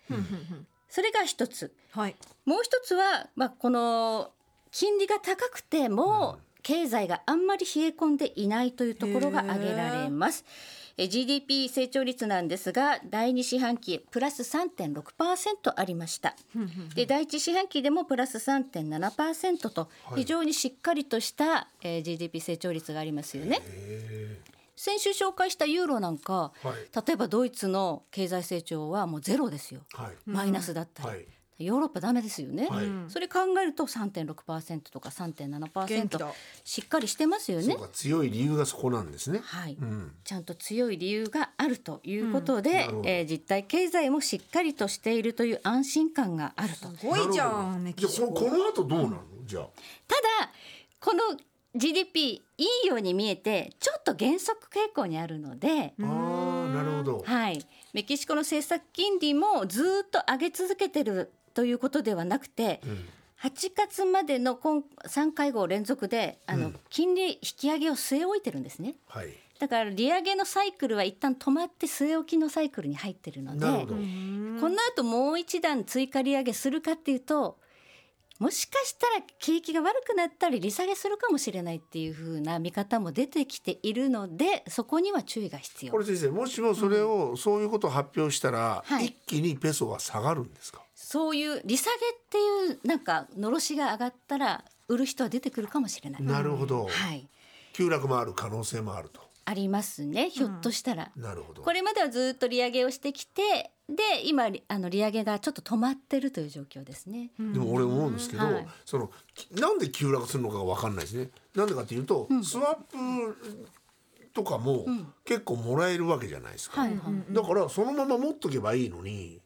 [SPEAKER 4] それが一つ。
[SPEAKER 3] はい
[SPEAKER 4] もう一つは、まあ、この金利が高くても経済があんまり冷え込んでいないというところが挙げられます。え GDP 成長率なんですが第2四半期プラス3.6%ありましたで第1四半期でもプラス3.7%と非常にしっかりとした、えー GDP 成長率がありますよね先週紹介したユーロなんか、
[SPEAKER 2] はい
[SPEAKER 4] 例えばドイツの経済成長はもうゼロですよ
[SPEAKER 2] はい
[SPEAKER 4] マイナスだったり、
[SPEAKER 2] はい
[SPEAKER 4] ヨーロッパダメですよね、
[SPEAKER 2] はい
[SPEAKER 4] それ考えると3.6%とか
[SPEAKER 3] 元気だ
[SPEAKER 4] 3.7%しっかりしてますよ
[SPEAKER 2] そ
[SPEAKER 4] ね
[SPEAKER 2] うか強い理由がそこなんですね
[SPEAKER 4] はい、
[SPEAKER 2] うん
[SPEAKER 4] ちゃんと強い理由があるということで、
[SPEAKER 2] うん
[SPEAKER 4] えー実体経済もしっかりとしているという安心感があると
[SPEAKER 3] すごいじゃ
[SPEAKER 2] なるほど
[SPEAKER 3] んメキシ
[SPEAKER 2] じゃ
[SPEAKER 3] コ
[SPEAKER 2] あここの後どうなのじゃあ
[SPEAKER 4] ただこの GDP いいように見えてちょっと減速傾向にあるので、
[SPEAKER 2] あーなるほど
[SPEAKER 4] はい、メキシコの政策金利もずーっと上げ続けてるということではなくて、8月までの今3回合連続であの、金利引き上げを据え置いてるんですね。
[SPEAKER 2] はい
[SPEAKER 4] だから利上げのサイクルは一旦止まって据え置きのサイクルに入ってるので
[SPEAKER 2] なるほど
[SPEAKER 4] この後もう一段追加利上げするかっていうともしかしたら景気が悪くなったり利下げするかもしれないっていう風な見方も出てきているのでそこには注意が必
[SPEAKER 2] こ
[SPEAKER 4] 要
[SPEAKER 2] れ先生もしもそれをそういうことを発表したら
[SPEAKER 4] はい
[SPEAKER 2] 一気にペソは下がるんですか
[SPEAKER 4] そういう利下げっていうなんかのろしが上がったら売る人は出てくるかもしれない。
[SPEAKER 2] なるほど
[SPEAKER 4] はい
[SPEAKER 2] 急落もある可能性もあると
[SPEAKER 4] ありますねひょっとしたら、
[SPEAKER 2] なるほど
[SPEAKER 4] これまではずっと利上げをしてきてで今りあの利上げがちょっと止まってるという状況ですね。
[SPEAKER 2] でも俺思うんですけど、
[SPEAKER 4] はい
[SPEAKER 2] そのきなんで急落するのかが分かんないですね。なんでかっていうと、スワップとかも結構もらえるわけじゃないですか。
[SPEAKER 4] はいはい
[SPEAKER 2] だからそのまま持っとけばいいのに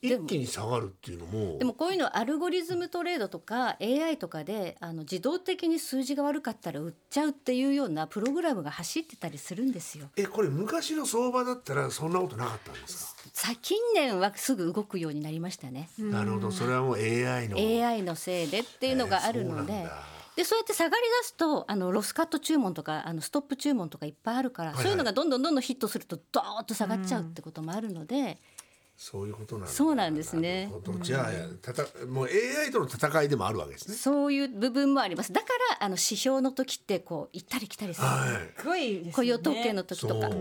[SPEAKER 4] で
[SPEAKER 2] 一
[SPEAKER 4] も
[SPEAKER 2] 気に下がるっていうのも
[SPEAKER 4] でもこういうのはアルゴリズムトレードとか AI とかであの自動的に数字が悪かったら売っちゃうっていうようなプログラムが走ってたりするんですよ。
[SPEAKER 2] えこれ昔の相場だったらそんなことなかったんですか。
[SPEAKER 4] さ近年はすぐ動くようになりましたね。
[SPEAKER 2] なるほどそれはもう AI の
[SPEAKER 4] AI のせいでっていうのがあるので、
[SPEAKER 2] えーそうなんだ
[SPEAKER 4] でそうやって下がり出すとあのロスカット注文とかあのストップ注文とかいっぱいあるから、
[SPEAKER 2] はい
[SPEAKER 4] そういうのがどんどんどんどんヒットするとドーッと下がっちゃうってこともあるので、
[SPEAKER 2] そういうことなんだ
[SPEAKER 4] そうなんですね
[SPEAKER 2] なるほどじゃあたたもう AI との戦いでもあるわけですね。
[SPEAKER 4] そういう部分もありますだからあの指標の時ってこう行ったり来たりする、
[SPEAKER 2] はい。
[SPEAKER 3] すごいですね
[SPEAKER 4] 雇用統計の時
[SPEAKER 2] そ
[SPEAKER 4] とか
[SPEAKER 2] う。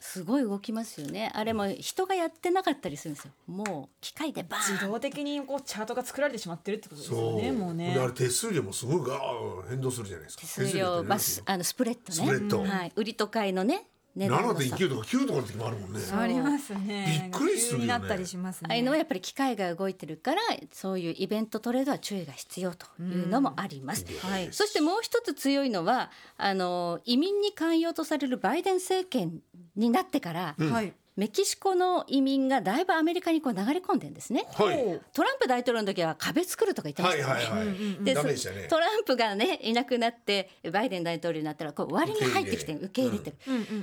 [SPEAKER 4] すごい動きますよねあれも人がやってなかったりするんですよもう機械でバ
[SPEAKER 5] 自
[SPEAKER 4] ーン
[SPEAKER 5] 動的にこうチャートが作られてしまってるってことですよ
[SPEAKER 2] そう
[SPEAKER 5] ねもうね
[SPEAKER 2] であれ手数料もすごいガー変動するじゃないですか。
[SPEAKER 4] 手数料
[SPEAKER 2] 手
[SPEAKER 4] バ
[SPEAKER 2] 数
[SPEAKER 4] ス
[SPEAKER 2] 料って
[SPEAKER 4] あのスプレッドね
[SPEAKER 2] スプレッド
[SPEAKER 4] はい、売りと買いのね値段
[SPEAKER 2] 何
[SPEAKER 4] の
[SPEAKER 2] です
[SPEAKER 4] 差
[SPEAKER 2] か。7.9とか9とかの時もあるもんね。
[SPEAKER 3] ありますね
[SPEAKER 2] びっくりするよね
[SPEAKER 3] なんか急になったりしますね
[SPEAKER 4] ああいうのはやっぱり機械が動いてるからそういうイベントトレードは注意が必要というのもあります。
[SPEAKER 3] はい
[SPEAKER 4] そしてもう一つ強いのはあの移民に寛容とされるバイデン政権になってから、
[SPEAKER 3] はい
[SPEAKER 4] メキシコの移民がだいぶアメリカにこう流れ込んでるんですね。
[SPEAKER 2] はい
[SPEAKER 3] おう
[SPEAKER 4] トランプ大統領の時は壁作るとか言ってま
[SPEAKER 2] は
[SPEAKER 4] し
[SPEAKER 2] い
[SPEAKER 4] たよ
[SPEAKER 2] は
[SPEAKER 4] ね。
[SPEAKER 2] いはい。
[SPEAKER 4] で
[SPEAKER 2] ダ
[SPEAKER 4] そ
[SPEAKER 2] メでしたね。
[SPEAKER 4] トランプがねいなくなってバイデン大統領になったらこう割に入ってきて受け入れてる、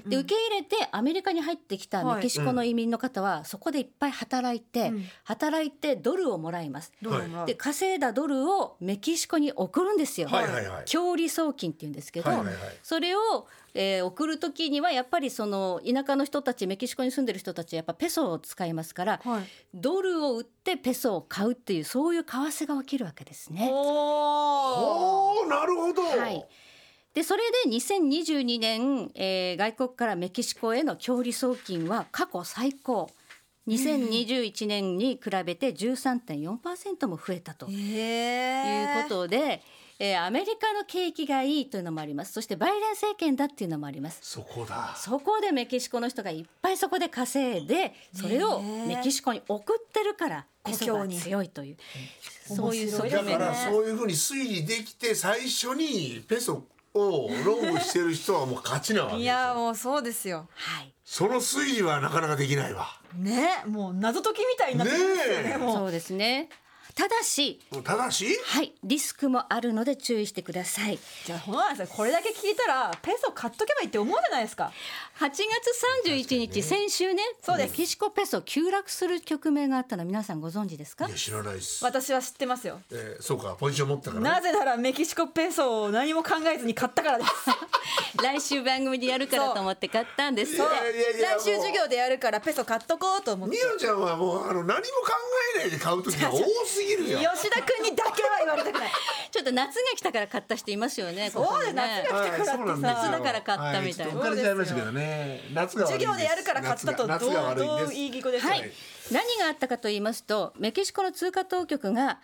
[SPEAKER 4] で受け入れてアメリカに入ってきた
[SPEAKER 3] はい
[SPEAKER 4] メキシコの移民の方はそこでいっぱい働いて、働いてドルをもらいます。
[SPEAKER 3] どうもらう
[SPEAKER 4] で稼いだドルをメキシコに送るんですよ。
[SPEAKER 2] はいはいはい
[SPEAKER 4] 強利送金っていうんですけど、
[SPEAKER 2] はいはいはい
[SPEAKER 4] それを、えー送る時にはやっぱりその田舎の人たちメキシコに住んでる人たちはやっぱペソを使いますから、
[SPEAKER 3] はい
[SPEAKER 4] ドルを売ってペソを買うっていうそういう為替が起きるわけですね。
[SPEAKER 3] おお
[SPEAKER 2] おおなるほど。
[SPEAKER 4] はい、でそれで2022年、えー外国からメキシコへの強利送金は過去最高2021年に比べて13.4%も増えたという
[SPEAKER 3] ええ
[SPEAKER 4] ことで、ええーアメリカの景気がいいというのもありますそしてバイデン政権だっていうのもあります
[SPEAKER 2] そこだ
[SPEAKER 4] そこでメキシコの人がいっぱいそこで稼いでそれをメキシコに送ってるから
[SPEAKER 3] 故
[SPEAKER 4] 故
[SPEAKER 3] 郷
[SPEAKER 4] 郷
[SPEAKER 3] に
[SPEAKER 4] に強いというそういう側
[SPEAKER 5] 面白い
[SPEAKER 2] だ
[SPEAKER 4] 面
[SPEAKER 5] よね
[SPEAKER 2] からそういうふうに推理できて最初にペソをロングしてる人はもう勝ちなわけ
[SPEAKER 3] い
[SPEAKER 2] です
[SPEAKER 3] やもうそうですよ
[SPEAKER 4] はい
[SPEAKER 2] その推理はなかなかできないわ
[SPEAKER 3] ね
[SPEAKER 5] もう謎解きみたいになってますよね
[SPEAKER 2] ねえ
[SPEAKER 5] も
[SPEAKER 4] そううですねただした
[SPEAKER 2] だし
[SPEAKER 4] はいリスクもあるので注意してください
[SPEAKER 5] じゃあほのさんこれだけ聞いたらペソ買っとけばいいって思うじゃないですか
[SPEAKER 4] 8月31日、先週ねそうですメキシコペソ急落する局面があったの皆さんご存知ですか
[SPEAKER 2] いや知らないです、
[SPEAKER 5] 私は知ってますよ
[SPEAKER 2] えーそうかポジション持ったから
[SPEAKER 5] なぜならメキシコペソを何も考えずに買ったからです
[SPEAKER 4] 来週番組でやるからと思って買ったんですって
[SPEAKER 2] いやいや
[SPEAKER 3] 来週授業でやるからペソ買っとこうと思って
[SPEAKER 2] みおちゃんはもうあの何も考えないで買う時が多すぎるよ
[SPEAKER 5] 吉田君にだけは言われたくない
[SPEAKER 4] ちょっと夏が来たから買った人いますよね
[SPEAKER 5] そう
[SPEAKER 4] ここ
[SPEAKER 5] だ
[SPEAKER 4] に
[SPEAKER 5] よ
[SPEAKER 4] ね
[SPEAKER 5] 夏が
[SPEAKER 2] はいそうなんですよ
[SPEAKER 4] 夏だから買ったみたいな
[SPEAKER 2] はちょっと浮かれちゃいましたけどね夏が悪いん
[SPEAKER 5] 授
[SPEAKER 2] です
[SPEAKER 5] 業でやるから買ったと
[SPEAKER 2] 夏
[SPEAKER 5] 同
[SPEAKER 2] が夏が
[SPEAKER 5] 同
[SPEAKER 2] 悪い
[SPEAKER 5] い
[SPEAKER 2] んで
[SPEAKER 5] 義語ですよ
[SPEAKER 4] は
[SPEAKER 5] ね、
[SPEAKER 4] い、何があったかと言いますとメキシコの通貨当局が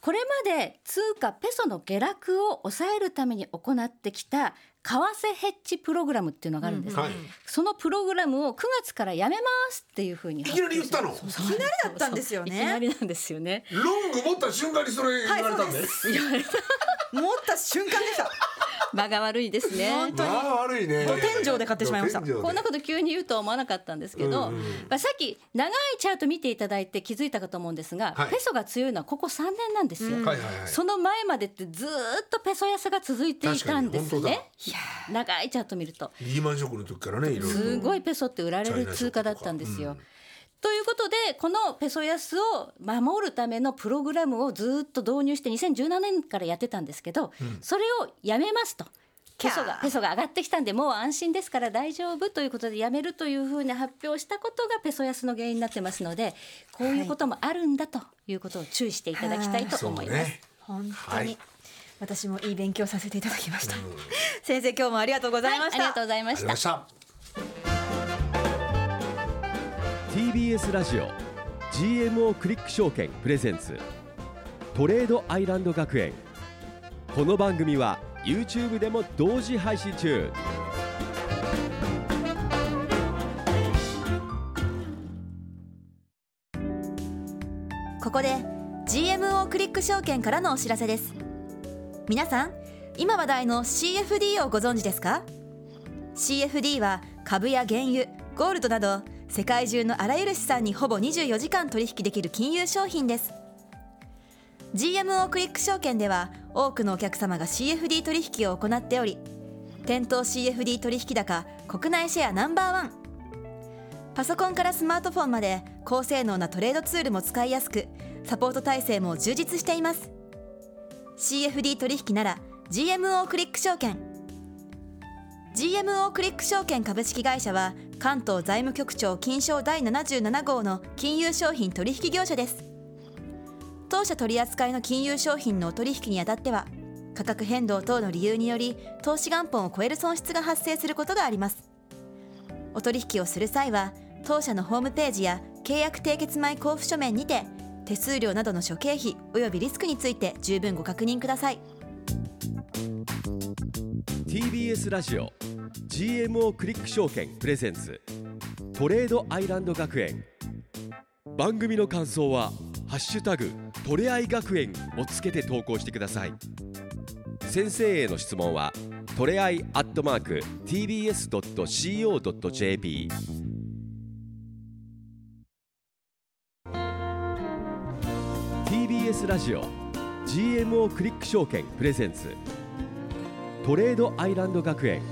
[SPEAKER 4] これまで通貨ペソの下落を抑えるために行ってきた為替ヘッジプログラムっていうのがあるんです、
[SPEAKER 2] すはい
[SPEAKER 4] そのプログラムを9月からやめますっていうふうにい
[SPEAKER 2] いきなり言ったの
[SPEAKER 4] きなりだ
[SPEAKER 3] ったんですよね
[SPEAKER 4] いきなりなんですよね
[SPEAKER 2] ロング持った瞬間にそれ言われたんで,、
[SPEAKER 3] 持った瞬間でした
[SPEAKER 4] 間が悪いですね
[SPEAKER 2] まあ悪いね
[SPEAKER 5] 露天井で買ってしまいました
[SPEAKER 2] 露天井で
[SPEAKER 4] こんなこと急に言うとは思わなかったんですけど、
[SPEAKER 2] うんうん
[SPEAKER 4] まあ、さっき長いチャート見ていただいて気づいたかと思うんですが、
[SPEAKER 2] はい
[SPEAKER 4] ペソが強いのはここ3年なんですよ。
[SPEAKER 2] はいはいはい
[SPEAKER 4] その前までってずーっとペソ安が続いていたんです
[SPEAKER 2] 確かに本。
[SPEAKER 4] ねいやー長いチャート見ると
[SPEAKER 2] リーマンショックの時からねいろいろ
[SPEAKER 4] すごいペソって売られる通貨だったんですよ。ということでこのペソ安を守るためのプログラムをずっと導入して2017年からやってたんですけど、それをやめますと。
[SPEAKER 3] キャ
[SPEAKER 4] ペ
[SPEAKER 3] ー
[SPEAKER 4] ソがペソが上がってきたんでもう安心ですから大丈夫ということでやめるというふうに発表したことがペソ安の原因になってますのでこういうこともあるんだということを注意していただきたいと
[SPEAKER 2] そう
[SPEAKER 4] 思います。
[SPEAKER 2] ね
[SPEAKER 5] 本当に、
[SPEAKER 2] はい
[SPEAKER 5] 私もいい勉強させていただきま した、
[SPEAKER 3] 先生今日もありがとうござい
[SPEAKER 4] はい、
[SPEAKER 3] ま
[SPEAKER 4] あ
[SPEAKER 3] し
[SPEAKER 4] り
[SPEAKER 3] た、
[SPEAKER 4] がとうございま
[SPEAKER 2] あ
[SPEAKER 4] し
[SPEAKER 2] り
[SPEAKER 4] た
[SPEAKER 2] ま。した。
[SPEAKER 1] TBS ラジオ GMO クリック証券プレゼンツトレードアイランド学園この番組は YouTube でも同時配信中
[SPEAKER 3] ここで GMO クリック証券からのお知らせです皆さん今話題の CFD をご存知ですか CFD は株や原油ゴールドなど世界中のあらゆる資産にほぼ24時間取引できる金融商品です GMO クリック証券では多くのお客様が CFD 取引を行っており店頭 CFD 取引高国内シェアナンバーワンパソコンからスマートフォンまで高性能なトレードツールも使いやすくサポート体制も充実しています CFD 取引なら GMO クリック証券 GMO クリック証券株式会社は関東財務局長金賞第77号の金融商品取引業者です当社取扱いの金融商品のお取引にあたっては価格変動等の理由により投資元本を超える損失が発生することがありますお取引をする際は当社のホームページや契約締結前交付書面にて手数料などの諸経費およびリスクについて十分ご確認ください
[SPEAKER 1] TBS ラジオ GMO クリック証券プレゼンツトレードアイランド学園番組の感想は「ハッシュタグトレアイ学園」をつけて投稿してください先生への質問はトレアイアットマーク TBS.CO.JP TBS ラジオ GMO クリック証券プレゼンツトレードアイランド学園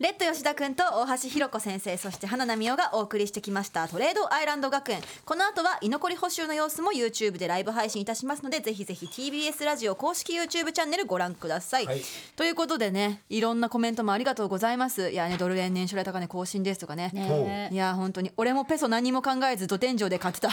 [SPEAKER 3] レッド吉田君と大橋ひろ子先生そして花奈美桜がお送りしてきましたトレードアイランド学園この後は居残り補修の様子も YouTube でライブ配信いたしますのでぜひぜひ TBS ラジオ公式 YouTube チャンネルご覧ください、
[SPEAKER 2] はい
[SPEAKER 3] ということでねいろんなコメントもありがとうございますいやねドル円年初来高値更新ですとかね
[SPEAKER 4] ね
[SPEAKER 2] え
[SPEAKER 3] いや本当に俺もペソ何も考えず土天井で買ってた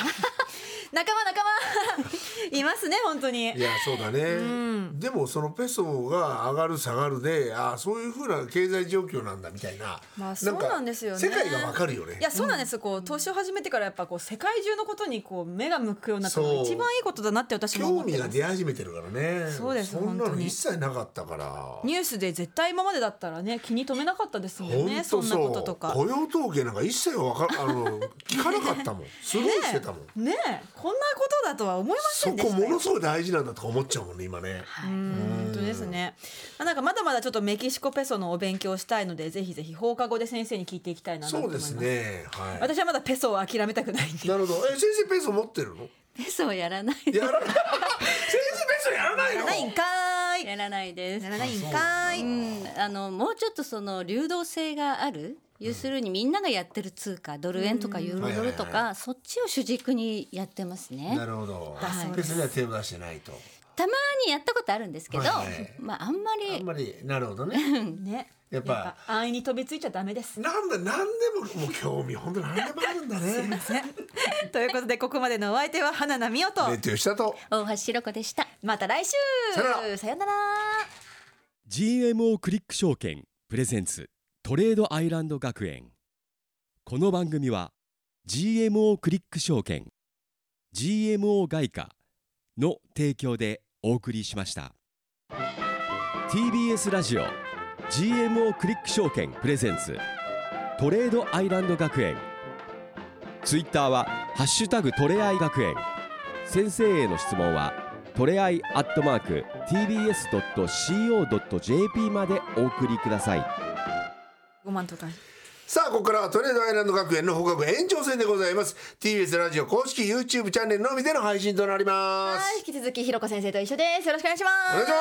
[SPEAKER 3] 仲間仲 間いますね本当に
[SPEAKER 2] いやそうだね、でもそのペソが上がる下がるでああそういうふうな経済状況なんだみたいな、
[SPEAKER 3] まあそうなんですよね
[SPEAKER 2] 世界がわかるよね
[SPEAKER 5] いやそうなんです、こう投資を始めてからやっぱこう世界中のことにこう目が向くようになったの
[SPEAKER 2] そ
[SPEAKER 5] が
[SPEAKER 2] う
[SPEAKER 5] 一番いいことだなって私も
[SPEAKER 2] 興
[SPEAKER 5] 思って
[SPEAKER 2] 味
[SPEAKER 5] ま
[SPEAKER 2] が
[SPEAKER 5] す
[SPEAKER 2] 出始めてるからね
[SPEAKER 5] そうです
[SPEAKER 2] そんな
[SPEAKER 5] 本
[SPEAKER 2] の
[SPEAKER 5] 当に
[SPEAKER 2] 一切なかったから
[SPEAKER 5] ニュースで絶対今までだったらね気に留めなかったですもんねそ
[SPEAKER 2] ほんと
[SPEAKER 5] んなこととか
[SPEAKER 2] 雇用統計なんか一切わかあ の聞かなかったもんすごいしてたもん、
[SPEAKER 5] ねえこんなことだとは思いませ
[SPEAKER 2] そ
[SPEAKER 5] んでし
[SPEAKER 2] こ
[SPEAKER 5] たよ
[SPEAKER 2] ものすごい大事なんだとか思っちゃうもんね今ね
[SPEAKER 5] うん本当ですね。まあなんかまだまだちょっとメキシコペソのお勉強をしたいので、ぜひぜひ放課後で先生に聞いていきたいなと
[SPEAKER 2] そ
[SPEAKER 5] 思
[SPEAKER 2] う
[SPEAKER 5] い
[SPEAKER 2] で
[SPEAKER 5] ます。
[SPEAKER 2] すねはい
[SPEAKER 5] 私はまだペソを諦めたくないんで。
[SPEAKER 2] なるほどえ先生ペソ持ってるの
[SPEAKER 4] ペソをやらない
[SPEAKER 2] やらない先生ペソやらないの
[SPEAKER 3] ないんかーい
[SPEAKER 4] やらないです
[SPEAKER 3] ならないんかーい
[SPEAKER 4] うん、あのもうちょっとその流動性がある要するにみんながやってる通貨ドル円とかユーロドルと
[SPEAKER 2] はいはいは
[SPEAKER 4] かそっちを主軸にやってますね
[SPEAKER 2] なるほど
[SPEAKER 4] だそう
[SPEAKER 2] ペ
[SPEAKER 4] で
[SPEAKER 2] ソには手を出してないと
[SPEAKER 4] たまにやったことあるんですけど、
[SPEAKER 2] はいはい
[SPEAKER 4] まああんま
[SPEAKER 2] あ
[SPEAKER 4] り
[SPEAKER 2] んまりなるほどね
[SPEAKER 5] ね。
[SPEAKER 2] やっぱ
[SPEAKER 5] 安易に飛びついちゃダメです。
[SPEAKER 2] なんだなんでももう興味本当なんでもあるんだね
[SPEAKER 5] ということでここまでのお相手は花奈美桜と。
[SPEAKER 2] レッド吉田と
[SPEAKER 4] 大橋ひろ子でした
[SPEAKER 5] また来週。
[SPEAKER 2] さよな
[SPEAKER 5] さよなら。
[SPEAKER 1] GMO クリック証券プレゼンツトレードアイランド学園この番組は GMO クリック証券 GMO 外貨の提供でお送りしました TBS ラジオ GMO クリック証券プレゼンツトレードアイランド学園ツイッターは「ハッシュタグトレアイ学園」先生への質問はトレアイアットマーク TBS.CO.JP までお送りください
[SPEAKER 5] 五万とか。
[SPEAKER 2] さあここからはトレードアイランド学園の放課後延長戦でございます TBS ラジオ公式 YouTube チャンネルのみでの配信となりま
[SPEAKER 3] はい
[SPEAKER 2] す
[SPEAKER 3] 引き続きひろこ先生と一緒ですよろしくお願いしま
[SPEAKER 2] お
[SPEAKER 3] す
[SPEAKER 2] 願いし
[SPEAKER 3] お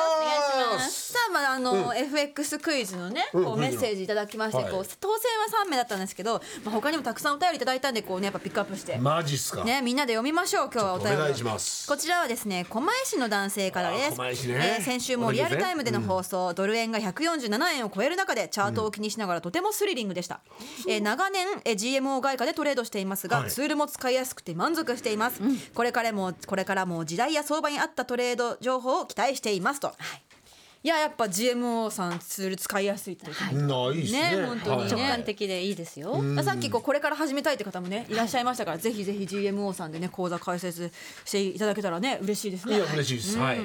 [SPEAKER 3] 願
[SPEAKER 2] ま
[SPEAKER 3] いしますさあまああの、FX クイズのね
[SPEAKER 2] うん
[SPEAKER 3] こうメッセージいただきまして、
[SPEAKER 2] はい
[SPEAKER 3] こう当選は3名だったんですけど、まあ、他にもたくさんお便りいただいたんでこうねやっぱピックアップして、
[SPEAKER 2] マジっすか、
[SPEAKER 3] ねみんなで読みましょう今日はお便りを
[SPEAKER 2] お願いします
[SPEAKER 3] こちらはですね狛江市の男性からで
[SPEAKER 2] あー
[SPEAKER 3] す
[SPEAKER 2] 狛江市ね
[SPEAKER 3] えー先週もリアルタイムでの放送、ドル円が147円を超える中でチャートを気にしながらとてもスリリングでした、えー長年、えー GMO 外貨でトレードしていますが、
[SPEAKER 2] はい
[SPEAKER 3] ツールも使いやすくて満足しています、これからもこれからも時代や相場に合ったトレード情報を期待していますと、
[SPEAKER 5] いややっぱ GMO さんツール使いやすいっていう
[SPEAKER 2] な
[SPEAKER 5] か。
[SPEAKER 2] いいっすね
[SPEAKER 5] ね本当に
[SPEAKER 2] はい
[SPEAKER 5] ね
[SPEAKER 4] 直感的でいいですよ、
[SPEAKER 3] まあさっきこうこれから始めたいって方もねいらっしゃいましたから、ぜひぜひ GMO さんでね講座開設していただけたらね嬉しいですね
[SPEAKER 2] いや嬉しいです、はい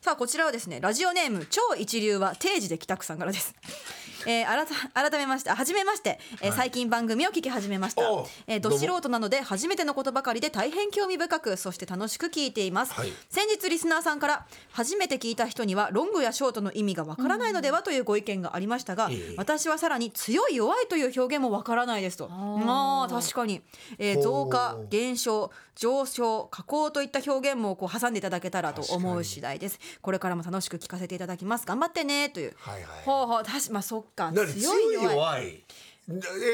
[SPEAKER 3] さあこちらはですねラジオネーム超一流は定時で帰宅さんからです。 えー、改改めましてあ初めまして、えー最近番組を聞き始めました
[SPEAKER 2] おう、
[SPEAKER 3] えー、
[SPEAKER 2] どう
[SPEAKER 3] ど
[SPEAKER 2] も
[SPEAKER 3] 素人なので初めてのことばかりで大変興味深くそして楽しく聞いています、
[SPEAKER 2] はい
[SPEAKER 3] 先日リスナーさんから初めて聞いた人にはロングやショートの意味がわからないのではというご意見がありましたが、
[SPEAKER 2] いえいえ
[SPEAKER 3] 私はさらに強い弱いという表現もわからないですとまあ確かに、えー
[SPEAKER 2] ほう
[SPEAKER 3] 増加減少上昇下降といった表現もこう挟んでいただけたらと思う次第ですこれからも楽しく聞かせていただきます頑張ってねという、
[SPEAKER 2] はいはい
[SPEAKER 3] ほうほう確かまあそっか
[SPEAKER 2] 何強い弱い
[SPEAKER 3] い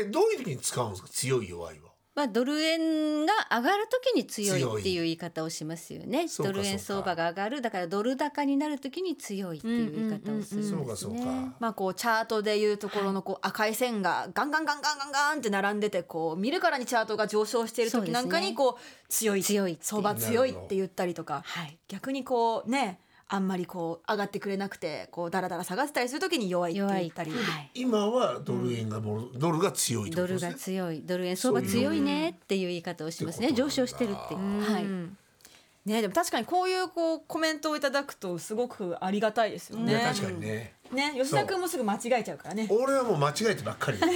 [SPEAKER 2] えどういう時に使うんですか強い弱いは
[SPEAKER 4] まあ、ドル円が上がるときに強
[SPEAKER 2] 強い
[SPEAKER 4] いっていう言い方をしますよね
[SPEAKER 2] そうか
[SPEAKER 4] ドル円
[SPEAKER 2] そう
[SPEAKER 4] 相
[SPEAKER 2] か
[SPEAKER 4] 場が上がるだからドル高になるときに強いっていう言い方をするんですね、
[SPEAKER 2] そうかそうか、
[SPEAKER 3] まあこうチャートでいうところのこう赤い線がガンガンガンガンガンガンって並んでてこう見るからにチャートが上昇している
[SPEAKER 4] そうで
[SPEAKER 3] 時
[SPEAKER 4] すね
[SPEAKER 3] なんかにこう強い
[SPEAKER 4] 強いっていう
[SPEAKER 3] 相場強いって言ったりとか
[SPEAKER 4] はい
[SPEAKER 3] 逆にこうねあんまりこう上がってくれなくてこうダラダラ下がってたりする時に弱いって
[SPEAKER 4] 弱い
[SPEAKER 3] 言っ
[SPEAKER 4] っ
[SPEAKER 3] てたり
[SPEAKER 4] はい
[SPEAKER 2] 今はドル円がもうドルが強いってこ
[SPEAKER 4] ド
[SPEAKER 2] と
[SPEAKER 4] ル
[SPEAKER 2] です
[SPEAKER 4] が
[SPEAKER 2] ね
[SPEAKER 4] 強いドル円相場強いねっていう言い方をします
[SPEAKER 2] そ
[SPEAKER 4] ね
[SPEAKER 2] ういう
[SPEAKER 4] 上昇してるっていうはい
[SPEAKER 5] ねでも確かにこういうこうコメントをいただくとすごくありがたいですよ
[SPEAKER 2] い
[SPEAKER 5] ね。
[SPEAKER 2] や確かにね
[SPEAKER 5] ね吉田君もすぐ間違えちゃうからね。
[SPEAKER 2] 俺はもう間違えてばっかりそう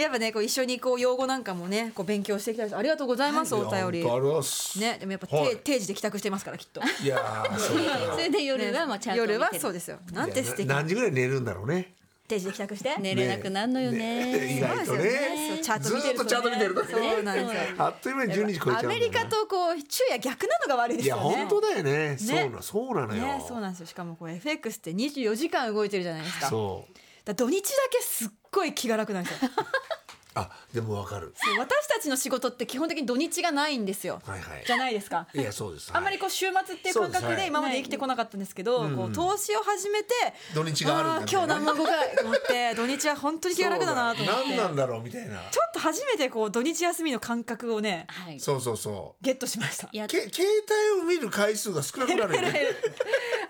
[SPEAKER 5] やっぱねこう一緒にこう用語なんかもねこう勉強してきたりしてありがとうございます、
[SPEAKER 2] いや
[SPEAKER 5] お便
[SPEAKER 2] 本当あ
[SPEAKER 5] り。
[SPEAKER 2] ります
[SPEAKER 5] ねでもやっぱ、
[SPEAKER 2] はい
[SPEAKER 5] 定定時で帰宅してますからきっと。
[SPEAKER 2] いやーそう
[SPEAKER 4] そ
[SPEAKER 2] か
[SPEAKER 4] れで夜はまあちゃんと見て
[SPEAKER 5] 夜
[SPEAKER 4] る
[SPEAKER 5] はそうですよ。なんて素敵
[SPEAKER 2] いやな何時ぐらい寝るんだろうね
[SPEAKER 5] 定時で帰宅して。
[SPEAKER 4] 寝れなくなんのよね
[SPEAKER 2] ね意外とね
[SPEAKER 5] そうチャート見て
[SPEAKER 2] ずー
[SPEAKER 5] る
[SPEAKER 2] っとチャート見てるとね
[SPEAKER 5] そうなんですよ。
[SPEAKER 2] あっという間に12時超えちゃうんだな
[SPEAKER 5] アメリカとこう昼夜逆なのが悪いで
[SPEAKER 2] い
[SPEAKER 5] す
[SPEAKER 2] や
[SPEAKER 5] よね。
[SPEAKER 2] 本当だよねそうなそうなのよ、
[SPEAKER 5] ねそうなんですよ。しかもこう FX って24時間動いてるじゃないですか。だか
[SPEAKER 2] そう
[SPEAKER 5] ら土日だけすっごい気が楽なんですよ。
[SPEAKER 2] あでもわかる
[SPEAKER 5] そう私たちの仕事って基本的に土日がないんですよ、
[SPEAKER 2] はいはい
[SPEAKER 5] じゃないですか
[SPEAKER 2] いやそうです
[SPEAKER 5] あんまりこう週末っていう感
[SPEAKER 2] そう
[SPEAKER 5] 覚
[SPEAKER 2] ですは
[SPEAKER 5] で
[SPEAKER 2] い
[SPEAKER 5] 今まで生きてこなかったんですけど、こう投資を始めて
[SPEAKER 2] 土日があるんだみ
[SPEAKER 5] ー
[SPEAKER 2] たい
[SPEAKER 5] 今日
[SPEAKER 2] なね
[SPEAKER 5] 何万個かと思って土日は本当に気が楽だなと思って
[SPEAKER 2] そうだ何なんだろうみたいな
[SPEAKER 5] ちょっと初めてこう土日休みの感覚をね
[SPEAKER 4] はい
[SPEAKER 2] そうそうそ
[SPEAKER 5] ゲットしました
[SPEAKER 4] いや
[SPEAKER 2] うけ携帯を見る回数が少なくなるよね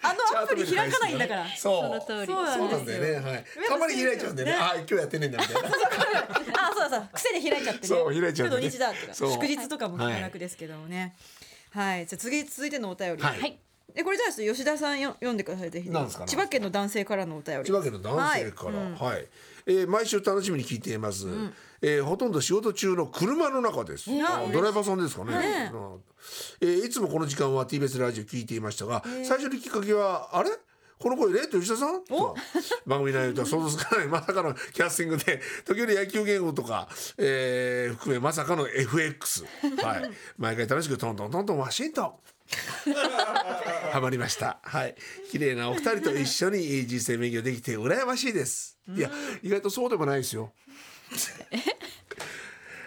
[SPEAKER 5] あのアプリ開かないんだから
[SPEAKER 2] そう
[SPEAKER 4] その通り
[SPEAKER 5] そう
[SPEAKER 2] そう
[SPEAKER 5] な
[SPEAKER 2] なんん
[SPEAKER 5] で
[SPEAKER 2] だ
[SPEAKER 5] す
[SPEAKER 2] よ
[SPEAKER 5] よ
[SPEAKER 2] ねはいたまに開いちゃうんだよねあ今日やってねえんだみ たいな
[SPEAKER 5] あそうだそうだ癖で開いちゃってね
[SPEAKER 2] そう開いちゃうね
[SPEAKER 5] 今日土日だってか
[SPEAKER 2] そう
[SPEAKER 5] 祝日とかも気が楽ですけどもねはい、じゃあ次続いてのお便り
[SPEAKER 2] はい
[SPEAKER 4] はい
[SPEAKER 5] えこれじゃあちょっと吉田さんよ読んでくださいぜひ
[SPEAKER 2] なんですか
[SPEAKER 5] 千葉県の男性からのお便り
[SPEAKER 2] 千葉県の男性から、はいえー毎週楽しみに聞いています、えーほとんど仕事中の車の中です、あドライバーさんですかね、うんえーいつもこの時間は TBS ラジオ聞いていましたが、最初のきっかけはあれこの声レッド吉田さんと番組内容とは想像つかないまさかのキャスティングで時折野球言語とか、えー含めまさかの FX、はい、 毎回楽しくトントントントンワシントンハマりました。はい。綺麗なお二人と一緒に人生勉強できて羨ましいです。いや、意外とそうでもないです よ。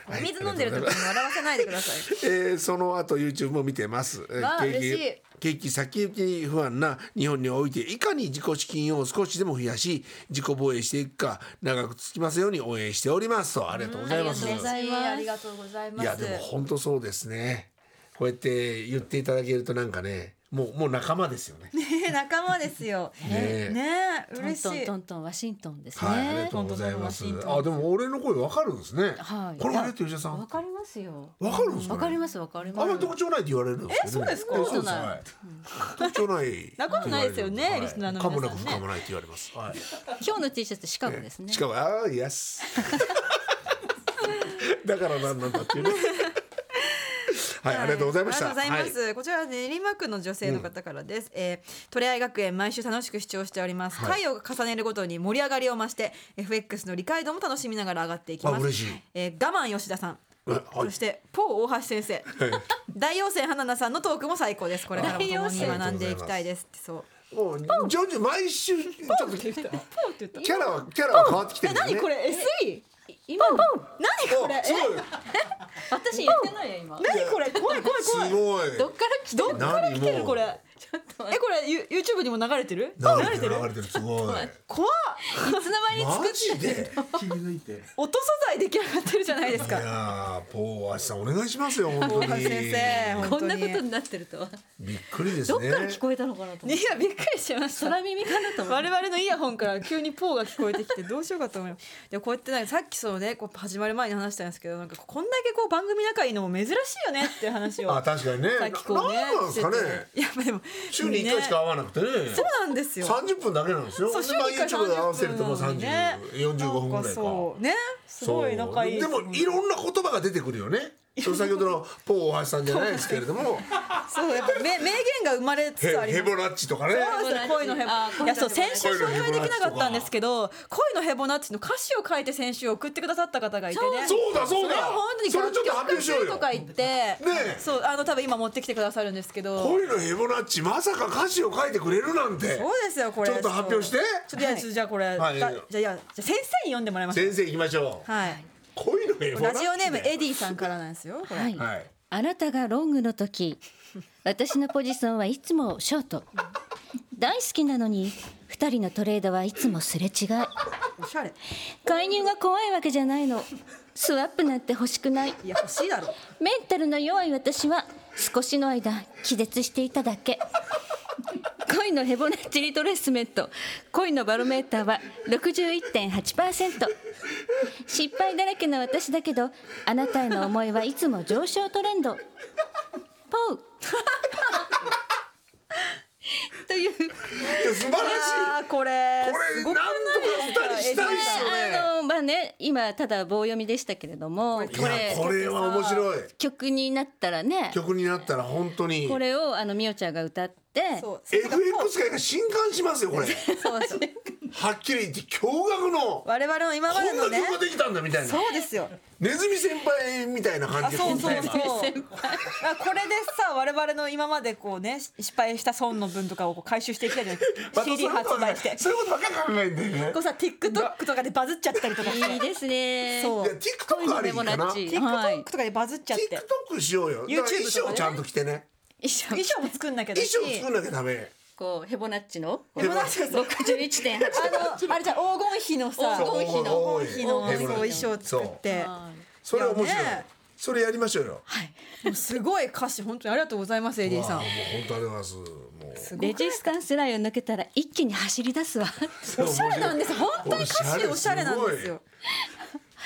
[SPEAKER 5] お水飲んでる時に笑わせないでください
[SPEAKER 2] えーその後 YouTube も見てます。えー
[SPEAKER 5] わあ
[SPEAKER 2] 景気
[SPEAKER 5] 嬉しい
[SPEAKER 2] 景気先行きに不安な日本においていかに自己資金を少しでも増やし自己防衛していくか長く続きますように応援しておりますとありがとうございます。
[SPEAKER 4] ありがとうございます
[SPEAKER 5] ありがとうございます
[SPEAKER 2] いやでも本当そうですね。こうやって言っていただけるとなんかね、もうもう仲間ですよね。ね
[SPEAKER 5] ね仲間ですよ
[SPEAKER 2] え
[SPEAKER 5] ねえ
[SPEAKER 4] トン
[SPEAKER 5] 嬉し
[SPEAKER 4] トン
[SPEAKER 5] い
[SPEAKER 4] トントンワシントンですね。
[SPEAKER 2] はい、ありがとうございます
[SPEAKER 5] 本当。だ
[SPEAKER 2] あ、でも俺の声わかるんですね。
[SPEAKER 4] はい
[SPEAKER 2] これ俺と吉田さん。
[SPEAKER 4] わ
[SPEAKER 2] わ
[SPEAKER 4] かりますよ。
[SPEAKER 2] かるんですか、ね。
[SPEAKER 4] わかりますわかりま
[SPEAKER 2] あんまり
[SPEAKER 4] す。
[SPEAKER 2] 特徴ないって言われるんですけど、ね。え、そう
[SPEAKER 5] ですか
[SPEAKER 2] そうですはい特徴ない。
[SPEAKER 5] なことないですよねリスナーの皆
[SPEAKER 2] か
[SPEAKER 5] さんね
[SPEAKER 2] もなく不可もないって言われます。はい。
[SPEAKER 4] 今日の T シャツシカゴですね
[SPEAKER 2] し。かも、ああ、イエ ス。だからなんなんだっていうね。はい、ありがとうございました。
[SPEAKER 5] ありがとうございます。
[SPEAKER 2] は
[SPEAKER 5] こちらは練馬区の女性の方からです。えー、トレアイ学園毎週楽しく視聴しております。
[SPEAKER 2] はい
[SPEAKER 5] 回を重ねるごとに盛り上がりを増して、FX の理解度も楽しみながら上がっていきます。
[SPEAKER 2] あ嬉しい
[SPEAKER 5] えー我慢吉田さん。
[SPEAKER 2] えはい
[SPEAKER 5] そしてポー大橋先生、大陽線花菜さんのトークも最高です。これからも共に学んでいきたいです。そう。
[SPEAKER 2] い。もう、徐々に毎週、ちょっと、キ
[SPEAKER 5] ポーって言った。
[SPEAKER 2] ャラは、キャラは変わってきて
[SPEAKER 5] え
[SPEAKER 2] る、ね。
[SPEAKER 5] 何これ SE？
[SPEAKER 4] 今
[SPEAKER 5] 何これ？
[SPEAKER 2] おす
[SPEAKER 5] え
[SPEAKER 2] ごい。
[SPEAKER 4] 私言ってないよ今。
[SPEAKER 5] 何これ？怖い怖い怖い。
[SPEAKER 2] すごい。
[SPEAKER 4] どっから来て
[SPEAKER 5] どっ
[SPEAKER 4] る？
[SPEAKER 5] から来て
[SPEAKER 2] 何
[SPEAKER 5] る
[SPEAKER 2] もう
[SPEAKER 5] これ？えこれユ YouTube にも流れてる？
[SPEAKER 2] 流れてる、流れてる、す ごい。
[SPEAKER 5] 怖っ。
[SPEAKER 4] いつの間に
[SPEAKER 2] マ
[SPEAKER 4] 作っ
[SPEAKER 2] ジで。
[SPEAKER 5] 音素材出来上がってるじゃないです
[SPEAKER 2] いや
[SPEAKER 5] か。
[SPEAKER 2] ーポーアシさんお願いしますよ本当に
[SPEAKER 5] ポーアシ先生本当
[SPEAKER 4] こんなことになってるとは。
[SPEAKER 2] びっくりです
[SPEAKER 4] どっ
[SPEAKER 2] ね
[SPEAKER 4] から聞こえたのかなと思っ
[SPEAKER 5] い
[SPEAKER 4] て。
[SPEAKER 5] やびっくりしまし
[SPEAKER 4] 空
[SPEAKER 5] た。
[SPEAKER 4] 耳かなと思っ
[SPEAKER 5] 我
[SPEAKER 4] て。
[SPEAKER 5] 々のイヤホンから急にポーが聞こえてきてどうしようかと思います。でもこうやってなんかさっきそのねこう始まる前に話したんですけどなんかこんだけこう番組仲いいのも珍しいよねっていう話 を
[SPEAKER 2] あ確かにね
[SPEAKER 5] さっきこうね
[SPEAKER 2] ななんですかね
[SPEAKER 5] してていやまあでも
[SPEAKER 2] 週に一回しか会わなくてね
[SPEAKER 5] そうなんですよ。
[SPEAKER 2] 三十分だけなんですよ
[SPEAKER 5] そう週に一回
[SPEAKER 2] でまあ YouTube で合わせるともう
[SPEAKER 5] 30
[SPEAKER 2] 30
[SPEAKER 5] 分なのにね
[SPEAKER 2] 45分ぐらいか
[SPEAKER 5] なんそうねすごい仲いい
[SPEAKER 2] でもいろんな言葉が出てくるよねその先ほどのポー大橋さんじゃないですけれど も
[SPEAKER 5] そうやっぱ名名言が生まれつ
[SPEAKER 2] ヘ
[SPEAKER 5] つあります
[SPEAKER 2] ヘ。ボラッチとかね
[SPEAKER 5] そうですね恋のヘ
[SPEAKER 4] あ
[SPEAKER 5] ボ
[SPEAKER 4] ー
[SPEAKER 5] いやそう
[SPEAKER 4] 恋のヘボ
[SPEAKER 5] 先週紹介できなかったんですけど「恋のヘボナッチ」の歌詞を書いて先週送ってくださった方がいてね
[SPEAKER 2] そうだそうだ
[SPEAKER 5] れを本当に
[SPEAKER 2] それちょっと発
[SPEAKER 5] 楽曲
[SPEAKER 2] 表しよう
[SPEAKER 5] と
[SPEAKER 2] よ
[SPEAKER 5] か言って
[SPEAKER 2] ねえ
[SPEAKER 5] そうあの多分今持ってきてくださるんですけど
[SPEAKER 2] 恋のヘボラッチまさか歌詞を書いてくれるなんて
[SPEAKER 5] そうですよこれ
[SPEAKER 2] ちょっと発表して
[SPEAKER 5] ちょっといやちょっとじゃあこれだ
[SPEAKER 2] はい
[SPEAKER 5] じゃあいやじゃあ先生に読んでもらいます
[SPEAKER 2] 先生行きましょう
[SPEAKER 5] はい
[SPEAKER 2] 恋のヘボラッ
[SPEAKER 5] ラ
[SPEAKER 2] チ
[SPEAKER 5] ジオネームエデ
[SPEAKER 2] ィ
[SPEAKER 5] ィさんからなんですよこれ
[SPEAKER 4] はい。
[SPEAKER 2] はい
[SPEAKER 4] あなたがロングの 時私のポジションはいつもショート大好きなのに2人のトレードはいつもすれ違い
[SPEAKER 5] おしゃれ
[SPEAKER 4] 介入が怖いわけじゃないのスワップなんて欲しくない
[SPEAKER 5] いや欲しいだろ
[SPEAKER 4] メンタルの弱い私は少しの間気絶していただけ恋のヘボナッチリトレースメント恋のバロメーターは61.8%失敗だらけの私だけどあなたへの思いはいつも上昇トレンドポウ とい
[SPEAKER 2] い
[SPEAKER 4] う
[SPEAKER 2] や素晴らしい
[SPEAKER 5] あーこれ
[SPEAKER 2] これ
[SPEAKER 5] す
[SPEAKER 2] なん
[SPEAKER 5] ご
[SPEAKER 2] とか歌にしたいですよね。
[SPEAKER 4] あのまあね今ただ棒読みでしたけれどもこ
[SPEAKER 2] いや
[SPEAKER 4] れ
[SPEAKER 2] これは面白い。
[SPEAKER 4] 曲になったらね
[SPEAKER 2] 曲になったら本当に
[SPEAKER 4] これをあのみおちゃんが歌って
[SPEAKER 5] そう
[SPEAKER 2] FX 界が震撼しますよこれ。
[SPEAKER 5] そうですよ
[SPEAKER 2] はっきり言って驚愕の
[SPEAKER 5] 我々の今まで
[SPEAKER 2] こ
[SPEAKER 5] の
[SPEAKER 2] んな
[SPEAKER 5] ね
[SPEAKER 2] 曲ができたんだみたいな
[SPEAKER 5] そうですよ
[SPEAKER 2] ネズミ先輩みたいな感
[SPEAKER 5] あ
[SPEAKER 2] じ
[SPEAKER 5] そうそうそう
[SPEAKER 2] 今
[SPEAKER 5] あこれでさ我々の今までこうね失敗した損の分とかをこう回収していきたいじゃな
[SPEAKER 2] ま
[SPEAKER 5] い
[SPEAKER 2] たそう
[SPEAKER 5] CD
[SPEAKER 2] いうこと
[SPEAKER 5] 発
[SPEAKER 2] ばっ
[SPEAKER 5] 売
[SPEAKER 2] か
[SPEAKER 5] して
[SPEAKER 2] そういうことばっか考えんだよね
[SPEAKER 5] こうさ TikTok とかでバズっちゃったりとか
[SPEAKER 4] いいですね。
[SPEAKER 5] そう
[SPEAKER 2] いや TikTok ありかな
[SPEAKER 4] こういうのでもラッチはい
[SPEAKER 5] TikTok とかでバズっちゃって
[SPEAKER 2] TikTok しようよだから
[SPEAKER 5] YouTube とかね
[SPEAKER 2] 衣装ちゃんと着てね
[SPEAKER 4] 衣
[SPEAKER 5] 衣
[SPEAKER 4] 装
[SPEAKER 5] 装も作んなきゃだ
[SPEAKER 2] 衣
[SPEAKER 5] し
[SPEAKER 2] 装作んなきゃダメ
[SPEAKER 4] こうヘボナッチの
[SPEAKER 2] ヘボナッチ
[SPEAKER 4] 六十一点
[SPEAKER 5] あのあれじゃん黄金比のさ
[SPEAKER 4] そう黄金比の
[SPEAKER 2] 多い
[SPEAKER 5] 金比の
[SPEAKER 2] 多い
[SPEAKER 5] そう衣装作って
[SPEAKER 2] それは面白い
[SPEAKER 5] いやね
[SPEAKER 2] それやりましょうよ
[SPEAKER 5] もうすごい歌詞本当にありがとうございます AD
[SPEAKER 2] わあ
[SPEAKER 5] さ
[SPEAKER 2] も
[SPEAKER 5] ん
[SPEAKER 2] う本当ありがとうございますもう
[SPEAKER 5] すご
[SPEAKER 4] レ
[SPEAKER 5] い
[SPEAKER 4] ジスタンスラインを抜けたら一気に走り出すわ。
[SPEAKER 2] おしゃれ
[SPEAKER 5] なんです本当に歌詞おしゃれなんですよ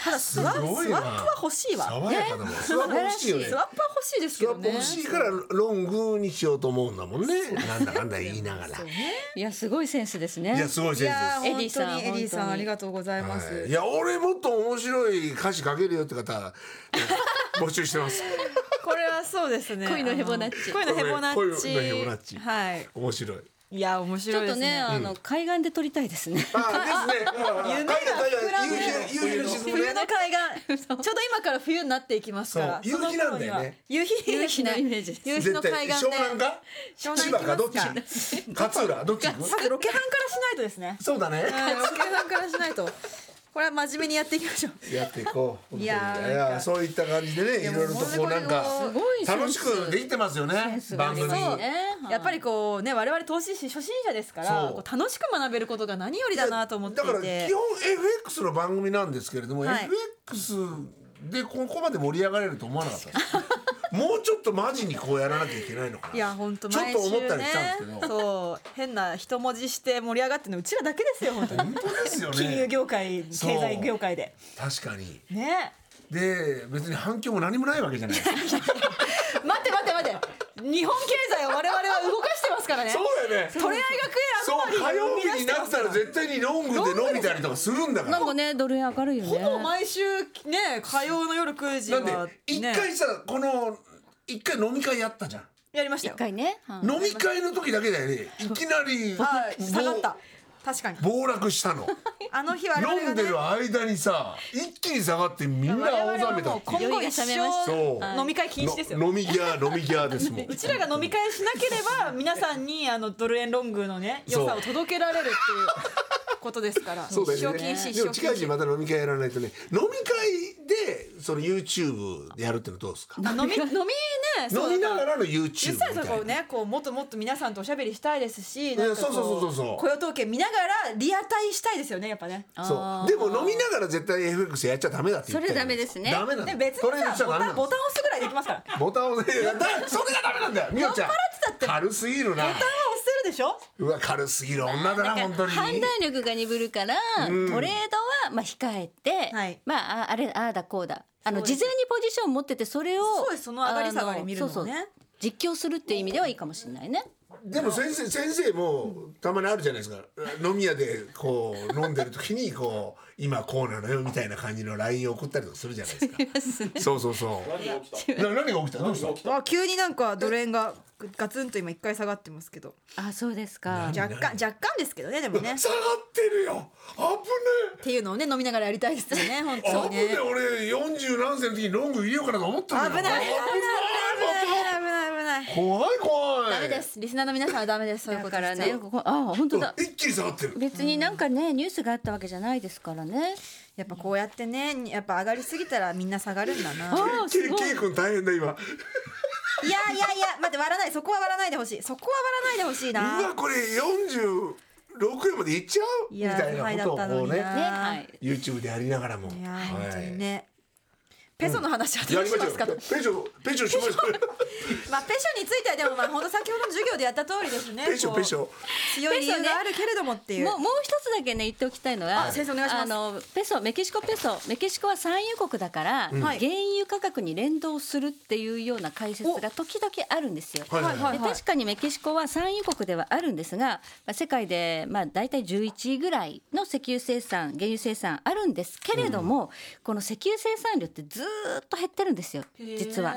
[SPEAKER 5] ただスワ
[SPEAKER 2] す
[SPEAKER 5] スワ
[SPEAKER 2] ごい
[SPEAKER 5] ップ
[SPEAKER 2] な
[SPEAKER 5] は欲しいわ
[SPEAKER 2] 爽やかだもんスワップ欲しいよね
[SPEAKER 5] スワップは欲しいです
[SPEAKER 2] ス
[SPEAKER 5] け
[SPEAKER 2] ワ
[SPEAKER 5] ど
[SPEAKER 2] ップ
[SPEAKER 5] ね
[SPEAKER 2] 欲しいからロングにしようと思うんだもんねなんだかんだ言いながら
[SPEAKER 4] いやすごいセンスですね。
[SPEAKER 2] いやすごい
[SPEAKER 5] い
[SPEAKER 2] 先
[SPEAKER 5] や
[SPEAKER 2] 生
[SPEAKER 5] ー
[SPEAKER 4] エディ
[SPEAKER 5] 本
[SPEAKER 4] さ
[SPEAKER 5] 当
[SPEAKER 4] ん
[SPEAKER 5] にエディさ
[SPEAKER 4] 本
[SPEAKER 5] ん
[SPEAKER 4] 当に
[SPEAKER 5] ありがとうございます、
[SPEAKER 2] いや俺もっと面白い歌詞書けるよって方募集してます
[SPEAKER 5] これはそうですね
[SPEAKER 4] 恋のヘボナッチ
[SPEAKER 5] あの恋のヘボナッチ
[SPEAKER 2] 恋のヘボナッチ
[SPEAKER 5] はい
[SPEAKER 2] 面白い
[SPEAKER 5] いや面
[SPEAKER 4] ちょ
[SPEAKER 5] 白
[SPEAKER 4] っ
[SPEAKER 5] いで
[SPEAKER 4] と
[SPEAKER 5] すね
[SPEAKER 4] ねあの海岸で撮りたいですね。
[SPEAKER 2] あですね
[SPEAKER 5] 夢
[SPEAKER 2] 海
[SPEAKER 5] が膨ら
[SPEAKER 2] 外
[SPEAKER 5] む
[SPEAKER 2] 夕日夕日の沈む
[SPEAKER 5] 冬
[SPEAKER 2] ね
[SPEAKER 5] の海岸ちょうど今から冬になっていきますから
[SPEAKER 2] そう夕日なんだよね
[SPEAKER 5] その頃には夕日
[SPEAKER 4] 夕日のイメージです
[SPEAKER 5] 夕日の
[SPEAKER 2] 絶
[SPEAKER 5] 海
[SPEAKER 2] 対
[SPEAKER 5] 岸
[SPEAKER 2] 湘
[SPEAKER 5] で
[SPEAKER 2] 南か
[SPEAKER 5] 湘
[SPEAKER 2] 千
[SPEAKER 5] 南行
[SPEAKER 2] 葉
[SPEAKER 5] き
[SPEAKER 2] かどっち
[SPEAKER 5] ます
[SPEAKER 2] 勝浦どっち行く
[SPEAKER 5] まずロケハンからしないとですね
[SPEAKER 2] そうだね
[SPEAKER 5] うんロケハンからしないとこれは真面目にやっていき ましょう
[SPEAKER 2] やっていこう本当にい
[SPEAKER 5] いやーなんか
[SPEAKER 2] やそういった感じでねい
[SPEAKER 5] や
[SPEAKER 2] ろいろとこうなんか
[SPEAKER 5] もう
[SPEAKER 4] すごいセンス
[SPEAKER 2] 楽しくできてますよね
[SPEAKER 4] スがあ
[SPEAKER 2] 番
[SPEAKER 4] り
[SPEAKER 2] 組
[SPEAKER 4] ますね
[SPEAKER 5] そうやっぱりこうね我々投資し初心者ですから
[SPEAKER 2] そう
[SPEAKER 5] こう楽しく学べることが何よりだなと思っていて
[SPEAKER 2] だから基本 FX の番組なんですけれども、
[SPEAKER 5] はい
[SPEAKER 2] FX でここまで盛り上がれると思わなかったですもうちょっとマジにこうやらなきゃいけないのかない
[SPEAKER 5] や本当
[SPEAKER 2] ちょっ
[SPEAKER 5] 毎
[SPEAKER 2] と
[SPEAKER 5] 週
[SPEAKER 2] 思ったり
[SPEAKER 5] ね
[SPEAKER 2] したんですけど
[SPEAKER 5] そう変な一文字して盛り上がってるのうちらだけですよ本当に
[SPEAKER 2] 本当ですよ
[SPEAKER 5] 金融
[SPEAKER 2] ね
[SPEAKER 5] 業界経
[SPEAKER 2] そう
[SPEAKER 5] 済業界で
[SPEAKER 2] 確かに
[SPEAKER 5] ね
[SPEAKER 2] で別に反響も何もないわけじゃないですか
[SPEAKER 5] 待って待って待って日本経済を我々は動かしてますから ね
[SPEAKER 2] そうだよね
[SPEAKER 5] トレア
[SPEAKER 2] そう
[SPEAKER 5] 学園集ま
[SPEAKER 2] 火
[SPEAKER 5] りを
[SPEAKER 2] 曜
[SPEAKER 5] 生み出
[SPEAKER 2] 日に
[SPEAKER 5] して
[SPEAKER 2] な
[SPEAKER 5] ま
[SPEAKER 2] っ
[SPEAKER 5] す
[SPEAKER 2] た
[SPEAKER 5] からら
[SPEAKER 2] 絶対にロングで飲みたりとかするんだから
[SPEAKER 4] なんかねドル円上がるよね。
[SPEAKER 5] ほぼ毎週ね火曜の夜9時は
[SPEAKER 2] なんで一
[SPEAKER 5] ね
[SPEAKER 2] 回さこの一回飲み会やったじゃん
[SPEAKER 5] やりました
[SPEAKER 4] 一
[SPEAKER 5] よ
[SPEAKER 4] 回ね。はい
[SPEAKER 2] 飲み会の時だけだよねいきなり
[SPEAKER 5] はい下がった確かに
[SPEAKER 2] 暴落したの
[SPEAKER 5] あの日は 我々
[SPEAKER 2] 飲
[SPEAKER 5] が
[SPEAKER 2] ん
[SPEAKER 5] ね
[SPEAKER 2] でる間にさ一気に下がってみんな青ざめたって
[SPEAKER 5] 今
[SPEAKER 2] いう
[SPEAKER 5] 後一生
[SPEAKER 2] そう
[SPEAKER 5] 飲み会禁止ですよ
[SPEAKER 2] の飲みギャー飲みギャーですもん
[SPEAKER 5] うちらが飲み会しなければ皆さんにあのドル円ロングのね良さを届けられるっていうことですから
[SPEAKER 2] そうだ
[SPEAKER 5] 一
[SPEAKER 2] よ
[SPEAKER 5] 生禁
[SPEAKER 2] ね
[SPEAKER 5] 止
[SPEAKER 2] で
[SPEAKER 5] 一
[SPEAKER 2] も
[SPEAKER 5] 生禁
[SPEAKER 2] 近いうち
[SPEAKER 5] 止
[SPEAKER 2] にまた飲み会やらないとね飲み会でその YouTube でやるってのどうですか
[SPEAKER 5] あ飲み飲みねそう
[SPEAKER 2] 飲みなが
[SPEAKER 5] だから
[SPEAKER 2] らの YouTube み
[SPEAKER 5] 実
[SPEAKER 2] た
[SPEAKER 5] 際
[SPEAKER 2] いな
[SPEAKER 5] そこうねこうもっともっと皆さんとおしゃべりしたいですし
[SPEAKER 2] や
[SPEAKER 5] なんか
[SPEAKER 2] そう
[SPEAKER 5] こ
[SPEAKER 2] そうそうそうそう
[SPEAKER 5] 雇用統計見ながらリアタイしたいですよねやっぱね
[SPEAKER 2] そうでも飲みながら絶対 FX やっちゃダメだって言って
[SPEAKER 4] それダメですね
[SPEAKER 2] ダメなんだ
[SPEAKER 5] で別
[SPEAKER 2] トレード
[SPEAKER 5] に
[SPEAKER 2] しちゃ
[SPEAKER 5] さボ
[SPEAKER 2] ダメ
[SPEAKER 5] タ
[SPEAKER 2] なん
[SPEAKER 5] ンボ
[SPEAKER 2] だ
[SPEAKER 5] タン押すぐらいできますからボタン
[SPEAKER 2] ボタンをねだそれがダメなんだよみおちゃん軽すぎるな
[SPEAKER 5] は押せるでしょ
[SPEAKER 2] うわ軽すぎる女だな
[SPEAKER 4] なん
[SPEAKER 2] 本
[SPEAKER 4] か
[SPEAKER 2] 当に
[SPEAKER 4] 判断力が鈍るから、トレードはまあ控えて、
[SPEAKER 5] はい
[SPEAKER 4] まあああれああだこうだあの
[SPEAKER 5] そう
[SPEAKER 4] 事
[SPEAKER 5] です
[SPEAKER 4] 前にポジション持っててそれを
[SPEAKER 5] そうですその上がり下がり見るのね
[SPEAKER 4] あそうそう実況するっていう意味ではいいかもしれないね。
[SPEAKER 2] でも先生先生もたまにあるじゃないですか飲み屋でこう飲んでる時にこう今こうなのよみたいな感じの LINE を送ったりとかするじゃないですかそうそうそうな何が起きたどうした
[SPEAKER 5] あ急になんかドル円がガツンと今一回下がってますけど
[SPEAKER 4] あそうですか。
[SPEAKER 5] 若干若干ですけどねでもね
[SPEAKER 2] 下がってるよ
[SPEAKER 5] っ
[SPEAKER 2] 危
[SPEAKER 5] ていうのをね飲みながらやりたいですよね本
[SPEAKER 2] ね
[SPEAKER 5] 当
[SPEAKER 2] え
[SPEAKER 5] に
[SPEAKER 2] 危
[SPEAKER 5] ね
[SPEAKER 2] ねえ俺40何歳の時にロング入れようかなと思った
[SPEAKER 5] 危
[SPEAKER 2] ん
[SPEAKER 5] な
[SPEAKER 2] だ
[SPEAKER 5] い危
[SPEAKER 2] よ
[SPEAKER 5] ない危ない危ない危ない危ない
[SPEAKER 2] 怖い怖い
[SPEAKER 5] ダメですリスナーの皆さんはダメですそういうこ
[SPEAKER 4] だか
[SPEAKER 5] としちゃ
[SPEAKER 4] ら
[SPEAKER 5] う
[SPEAKER 4] ねここあ本当だ。
[SPEAKER 2] 一気に下がってる
[SPEAKER 4] 別になんかねニュースがあったわけじゃないですからね。
[SPEAKER 5] やっぱこうやってねやっぱ上がりすぎたらみんな下がるんだない
[SPEAKER 4] あ
[SPEAKER 5] や
[SPEAKER 4] ーすごい
[SPEAKER 2] K。君大変だ今
[SPEAKER 5] いやいや待って割らないそこは割らないでほしいそこは割らないでほしいう
[SPEAKER 2] わ
[SPEAKER 5] な
[SPEAKER 2] これ46円までいっちゃう
[SPEAKER 5] い
[SPEAKER 2] み
[SPEAKER 5] や
[SPEAKER 2] たい
[SPEAKER 5] ーはい
[SPEAKER 2] な
[SPEAKER 5] だ
[SPEAKER 2] こ
[SPEAKER 5] った
[SPEAKER 2] とを
[SPEAKER 5] の
[SPEAKER 2] こう
[SPEAKER 5] にな
[SPEAKER 2] ね
[SPEAKER 4] ねはい。
[SPEAKER 2] YouTube でやりながらも
[SPEAKER 5] いやー本当に
[SPEAKER 2] はい
[SPEAKER 5] ねペソの話はど
[SPEAKER 2] や
[SPEAKER 5] う
[SPEAKER 2] り
[SPEAKER 5] し
[SPEAKER 2] ま
[SPEAKER 5] ま
[SPEAKER 2] しょ
[SPEAKER 5] すかと
[SPEAKER 2] うペショペショしましょ
[SPEAKER 5] まあペソについてはでもまあ本当先ほどの授業でやった通りですね
[SPEAKER 2] うペショ
[SPEAKER 5] こう
[SPEAKER 2] ペショ
[SPEAKER 5] 強い理由があるけれどもっていう
[SPEAKER 4] もうもう一つだけね言っておきたいのは
[SPEAKER 5] あ先生お願いします
[SPEAKER 4] あのペソメキシコペソメキシコは産油国だから、
[SPEAKER 5] はい
[SPEAKER 4] 原油価格に連動するっていうような解説が時々あるんですよ。
[SPEAKER 2] はいはいはい
[SPEAKER 4] で確かにメキシコは産油国ではあるんですが、まあ、世界でまあ大体11位ぐらいの石油生産原油生産あるんですけれども、この石油生産量ってずーっと減ってるんですよ実は。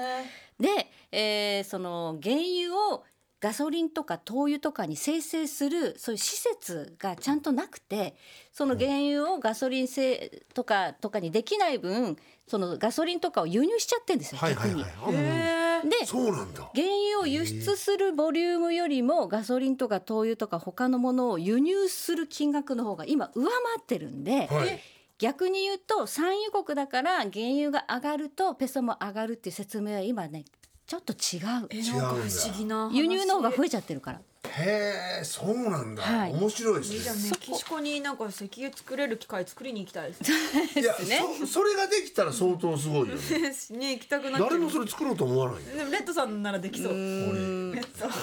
[SPEAKER 4] で、えーその原油をガソリンとか灯油とかに生成するそういう施設がちゃんとなくてその原油をガソリン製とかとかにできない分そのガソリンとかを輸入しちゃってるんですよ
[SPEAKER 2] はい
[SPEAKER 4] 逆
[SPEAKER 2] はい
[SPEAKER 4] に。
[SPEAKER 2] はいあもう
[SPEAKER 5] え
[SPEAKER 4] で
[SPEAKER 2] そうなんだ
[SPEAKER 4] 原油を輸出するボリュームよりもガソリンとか灯油とか他のものを輸入する金額の方が今上回ってるんで
[SPEAKER 2] はい
[SPEAKER 4] 逆に言うと産油国だから原油が上がるとペソも上がるっていう説明は今ねちょっと違う
[SPEAKER 5] ー、なんか不思議な話
[SPEAKER 4] 輸入の方が増えちゃってるから
[SPEAKER 2] へえそうなんだ、
[SPEAKER 4] はい
[SPEAKER 2] 面白いです
[SPEAKER 5] い
[SPEAKER 2] ね
[SPEAKER 5] いじゃんメキシコになんか石油作れる機械作りに行きたいです
[SPEAKER 2] いやそそれができたら相当すごいよね
[SPEAKER 5] ねね行きたくなっちゃう
[SPEAKER 2] 誰もそれ作ろうと思わないよ
[SPEAKER 5] でもレッドさんならできそうレッドさ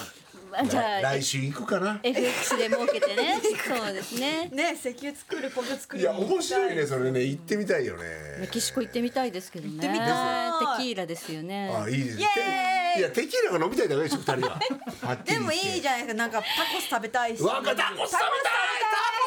[SPEAKER 4] あじゃあ
[SPEAKER 2] 来週行くかな
[SPEAKER 4] FX で儲けてね そうですね
[SPEAKER 5] んね石油作る工場作
[SPEAKER 2] い
[SPEAKER 5] りに
[SPEAKER 2] や
[SPEAKER 5] 行きた
[SPEAKER 2] 面白いねそれね行ってみたいよ
[SPEAKER 4] メ
[SPEAKER 2] ね
[SPEAKER 4] キシコ行ってみたいですけどね
[SPEAKER 5] てみたい
[SPEAKER 4] テキーラですよね
[SPEAKER 2] あいいですね
[SPEAKER 5] エーイ
[SPEAKER 2] いやテキーラが飲みたいだけでしょ二人ははっきり言って
[SPEAKER 3] でもいいじゃないですかなんかタコス食べたいし
[SPEAKER 2] わかタコス食べたいタ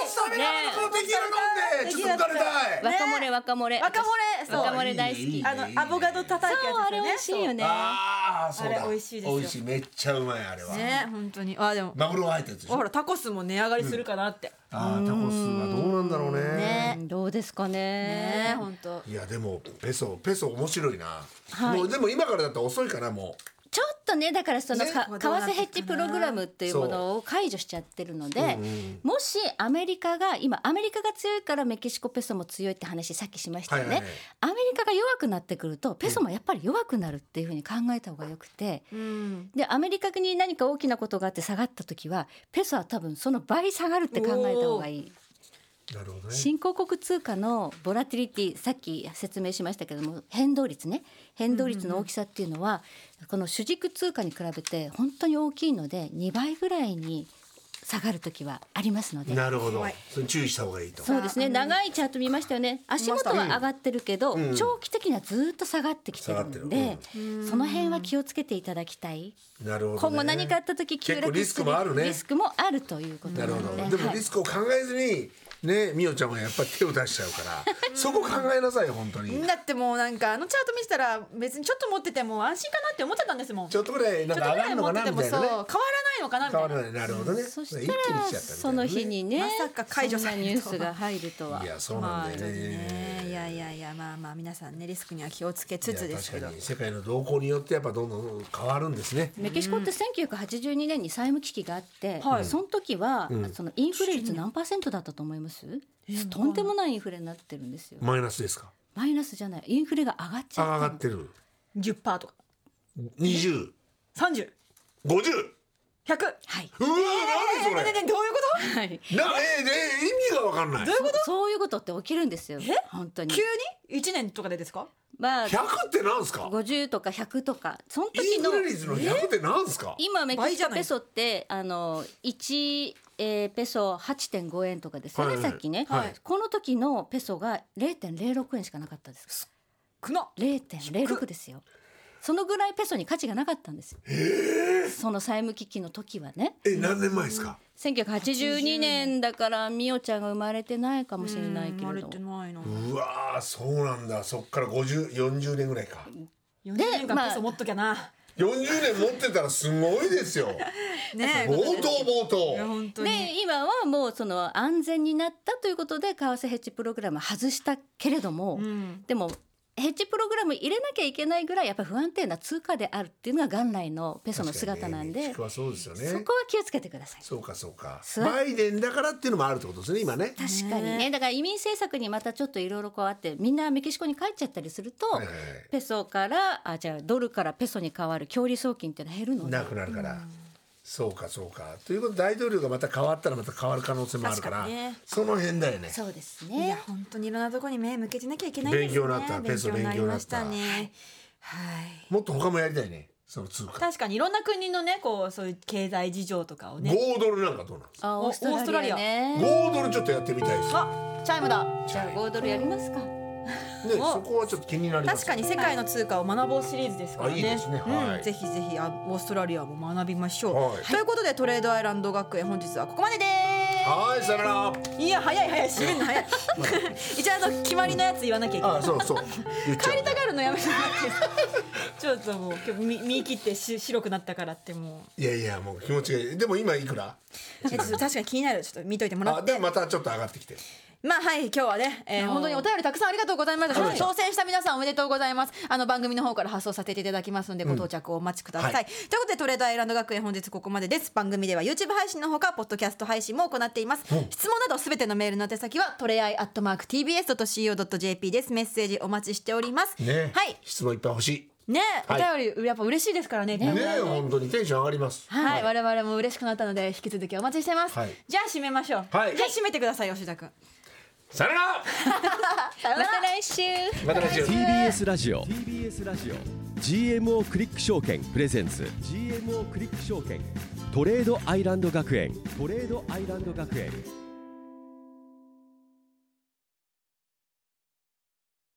[SPEAKER 2] コス食べながらこのテキーラ飲んで
[SPEAKER 3] ね
[SPEAKER 2] ちょっと浮かれたい
[SPEAKER 4] 若漏れ若漏れ
[SPEAKER 5] 若漏れそう
[SPEAKER 4] 若漏れ大好
[SPEAKER 2] いいいい
[SPEAKER 4] き
[SPEAKER 5] あのアボガド叩いて
[SPEAKER 4] そうあれ美味しいよね
[SPEAKER 2] ああそうだ
[SPEAKER 5] あれ美味しいですよ
[SPEAKER 2] 美味しいめっちゃうまいあれは
[SPEAKER 5] ね本当にあでも
[SPEAKER 2] マグロが入ったやつでしょ
[SPEAKER 5] ほらタコスも値上がりするかなって、
[SPEAKER 2] あータコスはどうなんだろうね
[SPEAKER 4] うんどうですか
[SPEAKER 5] ね
[SPEAKER 4] ね
[SPEAKER 5] 本当
[SPEAKER 2] いやでもペソペソ面白いな、もうでも今からだったら遅いかなも
[SPEAKER 4] ちょっとねだからその
[SPEAKER 2] ね
[SPEAKER 4] か為替ヘッジプログラムっていうものを解除しちゃってるので、もしアメリカが今アメリカが強いからメキシコペソも強いって話さっきしましたよね、
[SPEAKER 2] はいはいはい
[SPEAKER 4] アメリカが弱くなってくるとペソもやっぱり弱くなるっていうふうに考えた方がよくて、
[SPEAKER 5] うん
[SPEAKER 4] でアメリカに何か大きなことがあって下がった時はペソは多分その倍下がるって考えた方がいい。
[SPEAKER 2] うなるほどね
[SPEAKER 4] 新興国通貨のボラティリティさっき説明しましたけども変動率ね変動率の大きさっていうのは、この主軸通貨に比べて本当に大きいので2倍ぐらいに下がる時はありますので。
[SPEAKER 2] なるほどそれ注意した方がいいと
[SPEAKER 4] そうですね長いチャート見ましたよね足元は上がってるけど、長期的にはずっと下がってきてるん
[SPEAKER 2] 下がっ
[SPEAKER 4] で、その辺は気をつけていただきたい
[SPEAKER 2] なるほど、ね、
[SPEAKER 4] 今後何かあった時急
[SPEAKER 2] 結構
[SPEAKER 4] 落
[SPEAKER 2] リスクもあるね
[SPEAKER 4] リスクもあるということ
[SPEAKER 2] な
[SPEAKER 4] な
[SPEAKER 2] る
[SPEAKER 4] の
[SPEAKER 2] ほ
[SPEAKER 4] で
[SPEAKER 2] ど、でも
[SPEAKER 4] はい
[SPEAKER 2] リスクを考えずにねみおちゃんはやっぱり手を出しちゃうから そこ考えなさいよ本当に
[SPEAKER 5] だってもうなんかあのチャート見てたら別にちょっと持ってても安心かなって思ってたんですもん
[SPEAKER 2] ちょっとぐらいなん
[SPEAKER 5] ちょっ
[SPEAKER 2] か
[SPEAKER 5] と
[SPEAKER 2] 上が
[SPEAKER 5] ぐらい
[SPEAKER 2] るのか
[SPEAKER 5] 持って
[SPEAKER 2] な
[SPEAKER 5] て
[SPEAKER 2] み
[SPEAKER 5] も
[SPEAKER 2] た
[SPEAKER 5] そ
[SPEAKER 2] いうな
[SPEAKER 5] 変わら
[SPEAKER 2] ね
[SPEAKER 5] ないのかな
[SPEAKER 2] 変
[SPEAKER 5] みた
[SPEAKER 2] わ
[SPEAKER 5] いな
[SPEAKER 2] らないなるほどね
[SPEAKER 4] そした
[SPEAKER 2] 一気に
[SPEAKER 4] ら
[SPEAKER 2] 来ちゃったみたいなね
[SPEAKER 4] その日にね
[SPEAKER 5] まさか解除
[SPEAKER 4] そん
[SPEAKER 5] さ
[SPEAKER 4] な
[SPEAKER 5] れる
[SPEAKER 4] ニュー
[SPEAKER 5] とは
[SPEAKER 4] スが入るとはい
[SPEAKER 2] やそうなんだよね
[SPEAKER 5] いやいやいやまあまあ皆さんねリスクには気をつけつつ
[SPEAKER 2] いや
[SPEAKER 5] です
[SPEAKER 2] 確
[SPEAKER 5] けど
[SPEAKER 2] かに世界の動向によってやっぱどんどん変わるんですね
[SPEAKER 4] メキシコって1982年に債務危機があって、
[SPEAKER 5] はい
[SPEAKER 4] その時は、そのインフレ率何パーセントだったと思います、とんでもないインフレになってるんですよ
[SPEAKER 2] マイナスですか
[SPEAKER 4] マイナスじゃないインフレが上がっち
[SPEAKER 2] 上
[SPEAKER 4] ゃ
[SPEAKER 2] が
[SPEAKER 4] っ
[SPEAKER 2] ったてる
[SPEAKER 5] 10%とか
[SPEAKER 2] 2050
[SPEAKER 5] 3010
[SPEAKER 2] うわ
[SPEAKER 4] はい、
[SPEAKER 2] ー何それ
[SPEAKER 5] ねねねどういうこと
[SPEAKER 4] は
[SPEAKER 2] なえー
[SPEAKER 4] い、
[SPEAKER 2] えー意味がわかんない。
[SPEAKER 4] そそういうことって起きるんですよ本当に
[SPEAKER 5] 急に1年とかでですか
[SPEAKER 4] まあ
[SPEAKER 2] 百ってなんですか。
[SPEAKER 4] 50とか100とかその
[SPEAKER 2] イ
[SPEAKER 4] 時
[SPEAKER 2] ン
[SPEAKER 4] の
[SPEAKER 2] フレ率の百ってなんですか。
[SPEAKER 4] 今メキ
[SPEAKER 5] 倍
[SPEAKER 4] シ
[SPEAKER 5] じゃ
[SPEAKER 4] コ
[SPEAKER 5] ない
[SPEAKER 4] ペソってあの1、えーペソ8.5円とかですよね、
[SPEAKER 2] はいはい
[SPEAKER 4] さっきね、
[SPEAKER 2] はい
[SPEAKER 4] この時のペソが0.06円しかなかったです
[SPEAKER 5] くの
[SPEAKER 4] 0.06ですよそのぐらいペソに価値がなかったんですよ、その債務危機の時はね
[SPEAKER 2] え何年前ですか。
[SPEAKER 4] 1982年だからミオちゃんが生まれてないかもしれ
[SPEAKER 5] うん
[SPEAKER 4] ないけ
[SPEAKER 5] 生ま
[SPEAKER 4] れ
[SPEAKER 5] れ
[SPEAKER 4] ど
[SPEAKER 5] てないな
[SPEAKER 2] うわーそうなんだ。そっから五十四十年ぐらいか。
[SPEAKER 5] 40年
[SPEAKER 4] まあ
[SPEAKER 5] 間ペソ持っときゃな
[SPEAKER 2] 四十年持ってたらすごいですよ。
[SPEAKER 5] ね
[SPEAKER 2] 冒頭冒
[SPEAKER 5] いや
[SPEAKER 2] 頭。
[SPEAKER 5] 本当に
[SPEAKER 4] で今はもうその安全になったということで為替ヘッジプログラム外したけれども、
[SPEAKER 5] うん
[SPEAKER 4] でもヘッジプログラム入れなきゃいけないぐらいやっぱ不安定な通貨であるっていうのが元来のペソの姿なんで、
[SPEAKER 2] 確かにねメキシコはそうですよ
[SPEAKER 4] そ
[SPEAKER 2] ね
[SPEAKER 4] こ。は気をつけてください。
[SPEAKER 2] そうかそうか。
[SPEAKER 4] そう
[SPEAKER 2] バイデンだからっていうのもあるってことですね今ね。
[SPEAKER 4] 確かにねだから移民政策にまたちょっといろいろこうあってみんなメキシコに帰っちゃったりすると、
[SPEAKER 2] はいはいはい
[SPEAKER 4] ペソからあじゃあドルからペソに変わる強利送金っていうのは減るので
[SPEAKER 2] なくなるから。そうかそうか。ということで大統領がまた変わったらまた変わる可能性もあるから
[SPEAKER 5] 確かにね。
[SPEAKER 2] その辺だよね。
[SPEAKER 4] そうです
[SPEAKER 5] いや
[SPEAKER 4] ね
[SPEAKER 5] 本当にいろんなところに目向けてなきゃいけないですね
[SPEAKER 2] 勉強になったペソ
[SPEAKER 5] 勉強になりました
[SPEAKER 2] 勉強
[SPEAKER 5] ねはい
[SPEAKER 2] もっと他もやりたいね。その通貨。
[SPEAKER 5] 確かにいろんな国のねこうそういう経済事情とかをね
[SPEAKER 2] 5ドルなんかどうなんですか
[SPEAKER 4] あ
[SPEAKER 5] お
[SPEAKER 4] オーストラリアね
[SPEAKER 2] 5ドルちょっとやってみたいですね
[SPEAKER 5] あチャイムだ
[SPEAKER 4] じゃあ5ドルやりますか
[SPEAKER 2] ねそこはちょっと気になります
[SPEAKER 5] 確かに世界の通貨を学ぼうシリーズですからね。
[SPEAKER 2] あいいですねはい
[SPEAKER 5] うん、ぜひぜひあオーストラリアも学びましょう。
[SPEAKER 2] はい
[SPEAKER 5] ということでトレードアイランド学園本日はここまでです。
[SPEAKER 2] はいさよなら
[SPEAKER 5] いや早い早い締める の早い一応あの決まりのやつ言わなきゃいけない
[SPEAKER 2] あそうそう言っちゃ
[SPEAKER 5] 帰
[SPEAKER 2] う
[SPEAKER 5] りたがるのやめてもらっていいですかちょっともう今日見見切ってし白くなったからっても
[SPEAKER 2] いやいやもう気持ちがいいでも今いくら
[SPEAKER 5] うえちょっと確かに気になるちょっと見といてもら
[SPEAKER 2] あ
[SPEAKER 5] っ
[SPEAKER 2] で
[SPEAKER 5] て
[SPEAKER 2] またちょっと上がってきて
[SPEAKER 3] まあはい今日はね、えー
[SPEAKER 5] うん
[SPEAKER 3] 本当にお便りたくさんありがとうございました、
[SPEAKER 2] はい
[SPEAKER 3] 挑戦した皆さんおめでとうございますあの番組の方から発送させていただきますのでご到着をお待ちください、
[SPEAKER 2] はい
[SPEAKER 3] ということでトレードアイランド学園本日ここまでです番組では YouTube 配信のほかポッドキャスト配信も行っています、質問などすべてのメールの宛先はトレアイアットマーク TBS.CO.JP ですメッセージお待ちしております
[SPEAKER 2] ね
[SPEAKER 3] はい
[SPEAKER 2] 質問いっぱい欲しい
[SPEAKER 3] ね
[SPEAKER 2] は
[SPEAKER 3] お便りやっぱ嬉しいですからね
[SPEAKER 2] ねえ本当にテンション上がります
[SPEAKER 3] はい、我々も嬉しくなったので引き続きお待ちしています、
[SPEAKER 2] はい
[SPEAKER 5] じゃあ締めましょう、
[SPEAKER 2] はい
[SPEAKER 5] じゃあ締めてください吉田君
[SPEAKER 2] さよなら
[SPEAKER 4] また来週
[SPEAKER 2] また来週
[SPEAKER 1] TBS ラジオ TBS ラジオ GMO クリック証券プレゼンツ GMO クリック証券トレードアイランド学園トレードアイランド学園